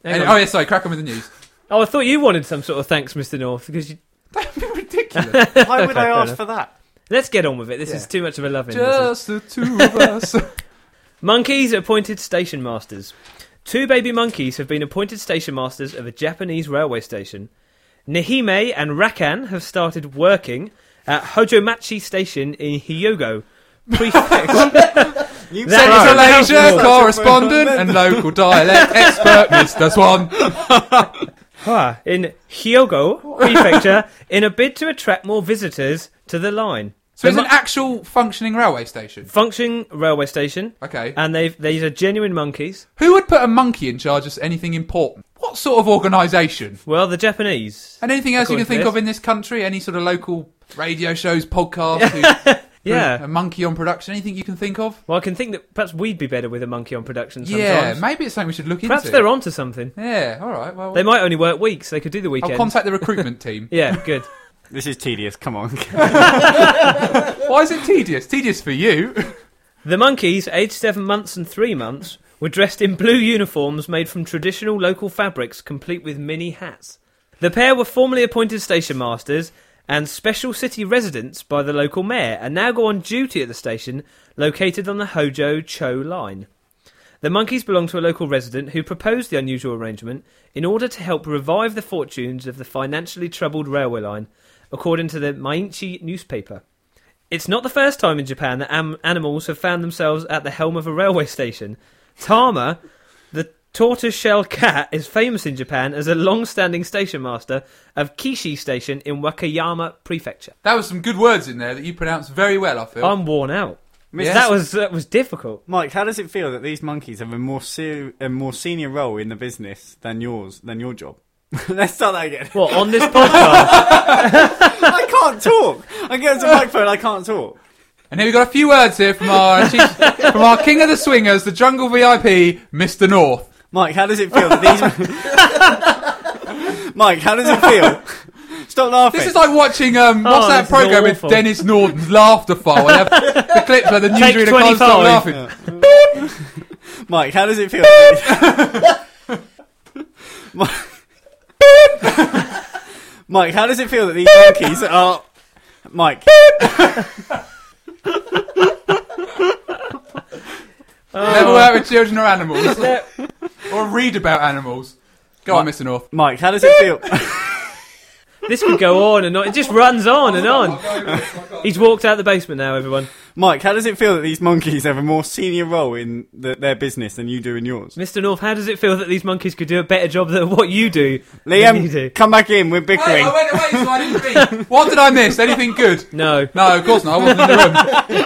Speaker 2: Hang
Speaker 1: Any-
Speaker 2: on.
Speaker 1: oh, yeah, sorry, crack on with the news.
Speaker 2: Oh, I thought you wanted some sort of thanks, Mr. North, because you...
Speaker 1: That'd be ridiculous.
Speaker 3: why
Speaker 2: Okay,
Speaker 3: would I
Speaker 2: fair
Speaker 3: ask
Speaker 2: enough.
Speaker 3: for that?
Speaker 2: let's get on with it. This
Speaker 1: Yeah.
Speaker 2: is too much of a love in. This
Speaker 1: Just
Speaker 2: is-
Speaker 1: the two of us.
Speaker 2: Monkeys appointed station masters. Two baby monkeys have been appointed station masters of a Japanese railway station. Nihime and Rakan have started working at Hojomachi Station in Hyogo Prefecture. That is a
Speaker 3: You that.
Speaker 1: Malaysia
Speaker 3: That's a
Speaker 1: correspondent
Speaker 3: phenomenon.
Speaker 1: and local dialect expert, Mr. Swan.
Speaker 2: Ah, in Hyogo Prefecture in a bid to attract more visitors to the line.
Speaker 1: So it's an actual functioning railway station.
Speaker 2: functioning railway station,
Speaker 1: Okay.
Speaker 2: and they've these are genuine monkeys.
Speaker 1: Who would put a monkey in charge of anything important? What sort of organisation?
Speaker 2: Well, the Japanese.
Speaker 1: And anything else you can
Speaker 2: According to
Speaker 1: think
Speaker 2: this.
Speaker 1: of in this country? Any sort of local radio shows, podcasts, who- a
Speaker 2: Yeah.
Speaker 1: monkey on production? Anything you can think of?
Speaker 2: Well, I can think that perhaps we'd be better with a monkey on production sometimes.
Speaker 1: Yeah, maybe it's something we should look
Speaker 2: Perhaps
Speaker 1: into.
Speaker 2: they're onto something.
Speaker 1: Yeah, all right. Well,
Speaker 2: They might only work weeks. They could do the
Speaker 1: I'll
Speaker 2: weekend.
Speaker 1: contact the recruitment team.
Speaker 2: yeah, good.
Speaker 3: This is tedious. Come on.
Speaker 1: Why is it tedious? Tedious for you.
Speaker 2: The monkeys, aged seven months and three months, were dressed in blue uniforms made from traditional local fabrics, complete with mini hats. The pair were formerly appointed station masters and special city residents by the local mayor, and now go on duty at the station located on the Hojo Cho line. The monkeys belong to a local resident who proposed the unusual arrangement in order to help revive the fortunes of the financially troubled railway line, according to the Mainichi newspaper. It's not the first time in Japan that am- animals have found themselves at the helm of a railway station. Tama, the tortoiseshell cat, is famous in Japan as a long standing station master of Kishi Station in Wakayama Prefecture.
Speaker 1: That was some good words in there that you pronounced very well. I feel.
Speaker 2: I'm worn out.
Speaker 1: Yes.
Speaker 2: Um, That was that was difficult.
Speaker 3: Mike, how does it feel that these monkeys have a more ser- a more senior role in the business than yours than your job? Let's start that again.
Speaker 2: What on this podcast?
Speaker 3: I can't talk. I get to the microphone. I can't talk.
Speaker 1: And here we've got a few words here from our chief, from our king of the swingers, the jungle VIP, Mr. North.
Speaker 3: Mike, how does it feel that these? Mike, how does it feel? Stop laughing.
Speaker 1: This is like watching um, what's
Speaker 2: Oh,
Speaker 1: that
Speaker 2: this is
Speaker 1: program with
Speaker 2: awful.
Speaker 1: Dennis Norden's laughter file. And have the clips where the newsreader can't stop
Speaker 2: 25.
Speaker 1: laughing.
Speaker 3: Mike, how does it feel? that these- Mi- Mike, how does it feel that these monkeys are? Mike,
Speaker 2: Oh.
Speaker 1: Never work with children or animals,
Speaker 2: There-
Speaker 1: or read about animals. Go on, Mr. North.
Speaker 3: Mike, how does it feel?
Speaker 2: this could go on and on. It just runs on and on. He's walked out the basement now, everyone.
Speaker 3: Mike, how does it feel that these monkeys have a more senior role in the, their business than you do in yours?
Speaker 2: Mr. North, how does it feel that these monkeys could do a better job than what you do? than you do?
Speaker 3: Liam, come back in. We're
Speaker 1: Wait,
Speaker 3: bickering.
Speaker 1: I went away, so I didn't read. What did I miss? Anything good?
Speaker 2: No.
Speaker 1: No, of course not. I wasn't in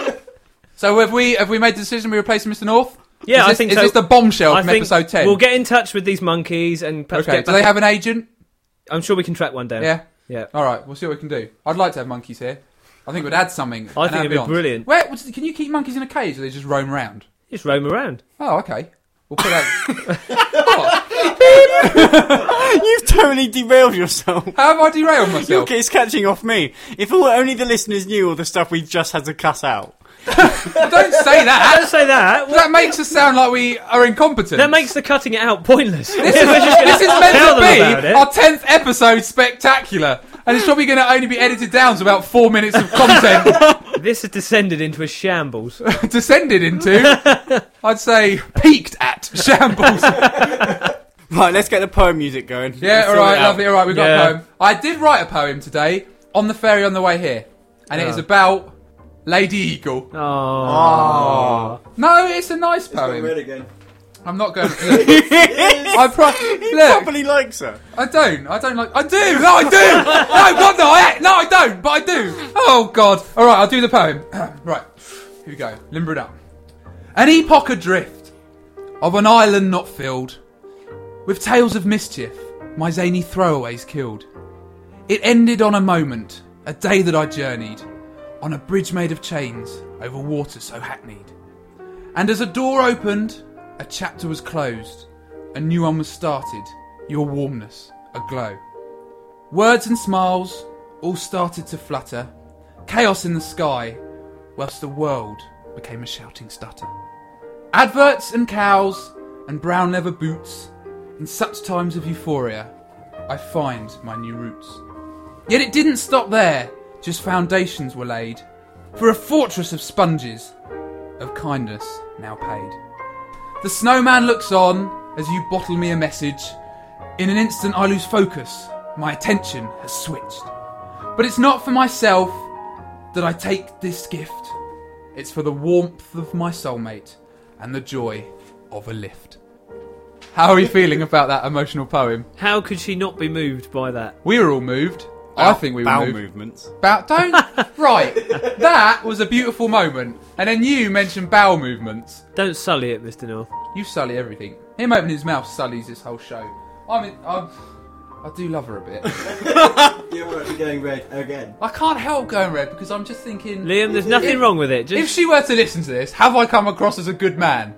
Speaker 1: the room. So have we have we made the decision? We replace Mr. North?
Speaker 2: Yeah,
Speaker 1: is
Speaker 2: I
Speaker 1: this,
Speaker 2: think
Speaker 1: is
Speaker 2: so.
Speaker 1: this the bombshell
Speaker 2: I
Speaker 1: from
Speaker 2: think
Speaker 1: episode ten?
Speaker 2: We'll get in touch with these monkeys and perhaps
Speaker 1: okay.
Speaker 2: get
Speaker 1: Do
Speaker 2: back.
Speaker 1: they have an agent?
Speaker 2: I'm sure we can track one down.
Speaker 1: Yeah.
Speaker 2: Yeah.
Speaker 1: All right, we'll see what we can do. I'd like to have monkeys here. I think we'd add something.
Speaker 2: I
Speaker 1: an
Speaker 2: think it'd be
Speaker 1: ambiance.
Speaker 2: brilliant.
Speaker 1: Where what's- can you keep monkeys in a cage, or they just roam around?
Speaker 2: Just roam around.
Speaker 1: Oh, okay. We'll put Oh, out. what?
Speaker 3: You've totally derailed yourself.
Speaker 1: How have I derailed
Speaker 3: You're
Speaker 1: myself?
Speaker 3: it's catching off me. If all- only the listeners knew all the stuff we've just had to cut out.
Speaker 1: Don't say that.
Speaker 2: Don't say that. What-
Speaker 1: That makes us sound like we are incompetent.
Speaker 2: That makes the cutting it out pointless.
Speaker 1: This is,
Speaker 2: We're just gonna
Speaker 1: this is meant
Speaker 2: tell
Speaker 1: to
Speaker 2: them about
Speaker 1: be
Speaker 2: it.
Speaker 1: our 10th episode spectacular. And it's probably going to only be edited down to about four minutes of content
Speaker 2: This has descended into a shambles. Oh.
Speaker 1: descended into, I'd say, peaked at shambles.
Speaker 3: Right, let's get the poem music going.
Speaker 1: Yeah,
Speaker 3: Let's
Speaker 1: all
Speaker 3: sort
Speaker 1: right,
Speaker 3: it out.
Speaker 1: lovely. All right, we've got
Speaker 2: Yeah.
Speaker 1: a poem. I did write a poem today on the ferry on the way here, and it is about Lady Eagle.
Speaker 2: Oh,
Speaker 1: Ah. No, it's a nice poem.
Speaker 4: again.
Speaker 1: I'm not going. Look, I pro- look,
Speaker 3: Probably likes her.
Speaker 1: I don't. I don't like. I do. No, I do. no, God, no. I no, I don't. But I do. Oh God. All right, I'll do the poem. right, here we go. Limber it up. An epoch adrift of an island not filled with tales of mischief. My zany throwaways killed. It ended on a moment, a day that I journeyed on a bridge made of chains over water so hackneyed. And as a door opened, a chapter was closed, a new one was started, your warmness aglow. Words and smiles all started to flutter, chaos in the sky, whilst the world became a shouting stutter. Adverts and cows and brown leather boots, in such times of euphoria, I find my new roots. Yet it didn't stop there, just foundations were laid for a fortress of sponges of kindness now paid. The snowman looks on as you bottle me a message. In an instant, I lose focus. My attention has switched. But it's not for myself that I take this gift, it's for the warmth of my soulmate and the joy of a lift. How are you feeling about that emotional poem?
Speaker 2: how could she not be moved by that?
Speaker 1: We were all moved. I think we were
Speaker 3: Bowel
Speaker 1: moved.
Speaker 3: movements.
Speaker 1: Bow, don't. right. That was a beautiful moment. And then you mentioned bowel movements.
Speaker 2: Don't sully it, Mr. North.
Speaker 1: You sully everything. Him opening his mouth sullies this whole show. I mean, I'm, I do love her a bit.
Speaker 4: You're already going red again.
Speaker 1: I can't help going red because I'm just thinking.
Speaker 2: Liam, there's nothing
Speaker 1: If-
Speaker 2: wrong with it.
Speaker 1: If
Speaker 2: Just
Speaker 1: she were to listen to this, have I come across as a good man?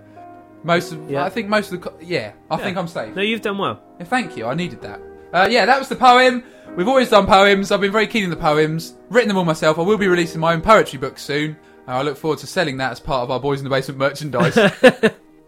Speaker 1: Most of,
Speaker 2: Yeah.
Speaker 1: I think most of the, co- yeah, I think I'm safe.
Speaker 2: No, you've done well.
Speaker 1: Yeah, Thank you, I needed that. Uh, yeah, that was the poem. We've always done poems. I've been very keen on the poems. Written them all myself. I will be releasing my own poetry book soon. Uh, I look forward to selling that as part of our Boys in the Basement merchandise.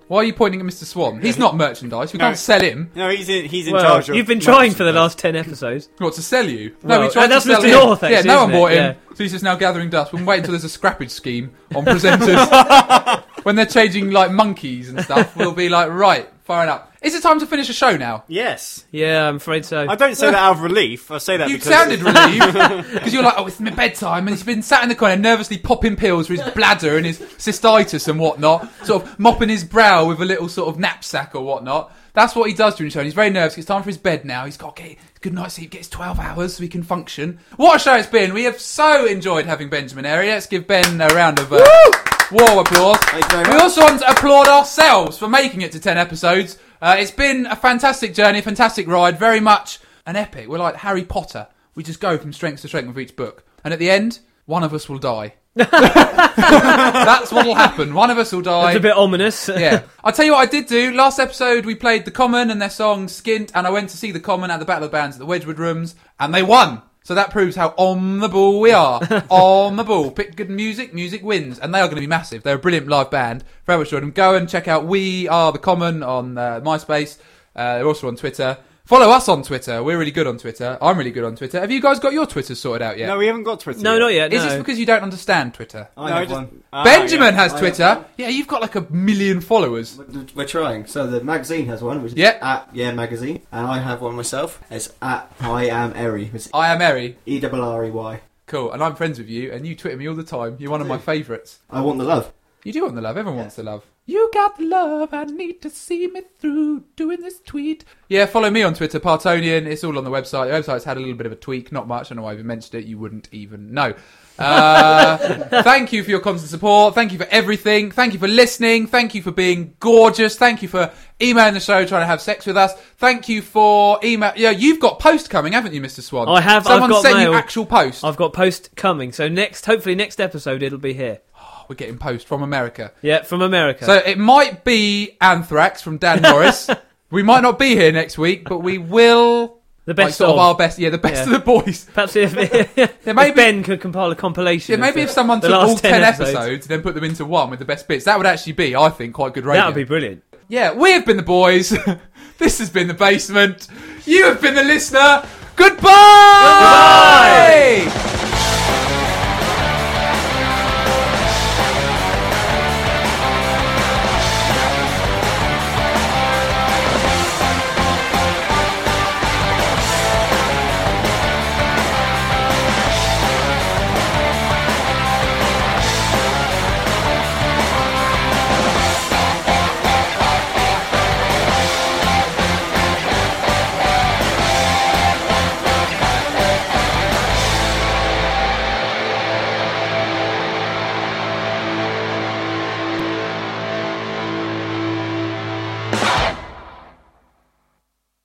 Speaker 1: Why are you pointing at Mr. Swan? He's not merchandise. We
Speaker 3: No.
Speaker 1: can't sell him.
Speaker 3: No, he's in, he's in
Speaker 2: Well,
Speaker 3: charge of.
Speaker 2: you've been trying for the
Speaker 3: merchandise.
Speaker 2: last ten episodes.
Speaker 1: What to sell you?
Speaker 2: Well,
Speaker 1: we tried
Speaker 2: and that's
Speaker 1: to sell
Speaker 2: Mr.
Speaker 1: him.
Speaker 2: North,
Speaker 1: yeah,
Speaker 2: actually,
Speaker 1: no one
Speaker 2: isn't it?
Speaker 1: bought him,
Speaker 2: Yeah.
Speaker 1: so he's just now gathering dust. We'll wait until there's a scrappage scheme on presenters when they're changing like monkeys and stuff. We'll be like, right, firing up. Is it time to finish a show now?
Speaker 3: Yes.
Speaker 2: Yeah, I'm afraid so.
Speaker 3: I don't say that out of relief. I say that
Speaker 1: You
Speaker 3: because
Speaker 1: sounded relieved because you're like, oh, it's my bedtime, and he's been sat in the corner nervously popping pills for his bladder and his cystitis and whatnot, sort of mopping his brow with a little sort of knapsack or whatnot. That's what he does during the show. And he's very nervous. It's time for his bed now. He's got to get a good night's sleep, gets 12 hours so he can function. What a show it's been. We have so enjoyed having Benjamin Airy. Let's give Ben a round of uh, warm applause.
Speaker 4: you very
Speaker 1: We
Speaker 4: much.
Speaker 1: also want to applaud ourselves for making it to 10 episodes. Uh, it's been a fantastic journey, fantastic ride, very much an epic. We're like Harry Potter. We just go from strength to strength with each book. And at the end, one of us will die. That's what will happen. One of us will die.
Speaker 2: It's a bit ominous.
Speaker 1: yeah. I'll tell you what I did do. Last episode, we played The Common and their song Skint, and I went to see The Common at the Battle of the Bands at the Wedgwood Rooms, and they won. So that proves how on the ball we are. on the ball. Pick good music, music wins. And they are going to be massive. They're a brilliant live band. Very much enjoyed them. Go and check out We Are The Common on uh, MySpace. Uh, they're also on Twitter. Follow us on Twitter. We're really good on Twitter. I'm really good on Twitter. Have you guys got your Twitter sorted out yet?
Speaker 3: No, we haven't got Twitter.
Speaker 2: No,
Speaker 3: yet.
Speaker 2: not yet.
Speaker 1: Is
Speaker 2: no.
Speaker 1: this because you don't understand Twitter?
Speaker 4: I
Speaker 3: No,
Speaker 4: have
Speaker 3: just-
Speaker 4: one.
Speaker 3: Ah,
Speaker 1: Benjamin
Speaker 3: yeah.
Speaker 1: has Twitter. Yeah, you've got like a million followers.
Speaker 4: We're- We're trying. So the magazine has one, which is
Speaker 1: Yeah.
Speaker 4: at Yeah Magazine, and I have one myself. It's at I Am Eri, which is
Speaker 1: I am Eri.
Speaker 4: E double R E Y.
Speaker 1: Cool, and I'm friends with you, and you Twitter me all the time. You're one of my favourites.
Speaker 4: I want the love.
Speaker 1: You do want the love. Everyone wants the love. You got the love I need to see me through doing this tweet. Yeah, follow me on Twitter, Partonian. It's all on the website. The website's had a little bit of a tweak, not much. I don't know why I even mentioned it. You wouldn't even know. Uh, thank you for your constant support. Thank you for everything. Thank you for listening. Thank you for being gorgeous. Thank you for emailing the show, trying to have sex with us. Thank you for email. Yeah, you've got post coming, haven't you, Mr. Swan?
Speaker 2: I have. I've
Speaker 1: Someone
Speaker 2: got
Speaker 1: sent
Speaker 2: mail.
Speaker 1: you actual post.
Speaker 2: I've got post coming, so next, hopefully next episode it'll be here.
Speaker 1: We're getting post from America.
Speaker 2: Yeah, from America.
Speaker 1: So it might be Anthrax from Dan Morris. we might not be here next week, but we will.
Speaker 2: the
Speaker 1: like,
Speaker 2: best
Speaker 1: sort of,
Speaker 2: of.
Speaker 1: our best, yeah, the best
Speaker 2: Yeah.
Speaker 1: of the boys.
Speaker 2: Perhaps if, if
Speaker 1: maybe-
Speaker 2: Ben could compile a compilation.
Speaker 1: Yeah,
Speaker 2: of
Speaker 1: maybe
Speaker 2: the-
Speaker 1: if someone
Speaker 2: the
Speaker 1: took
Speaker 2: last
Speaker 1: all
Speaker 2: 10
Speaker 1: ten, episodes, then put them into one with the best bits, that would actually be, I think, quite good radio.
Speaker 2: that would be brilliant.
Speaker 1: Yeah, we have been the boys. this has been the basement. You have been the listener. Goodbye. Goodbye.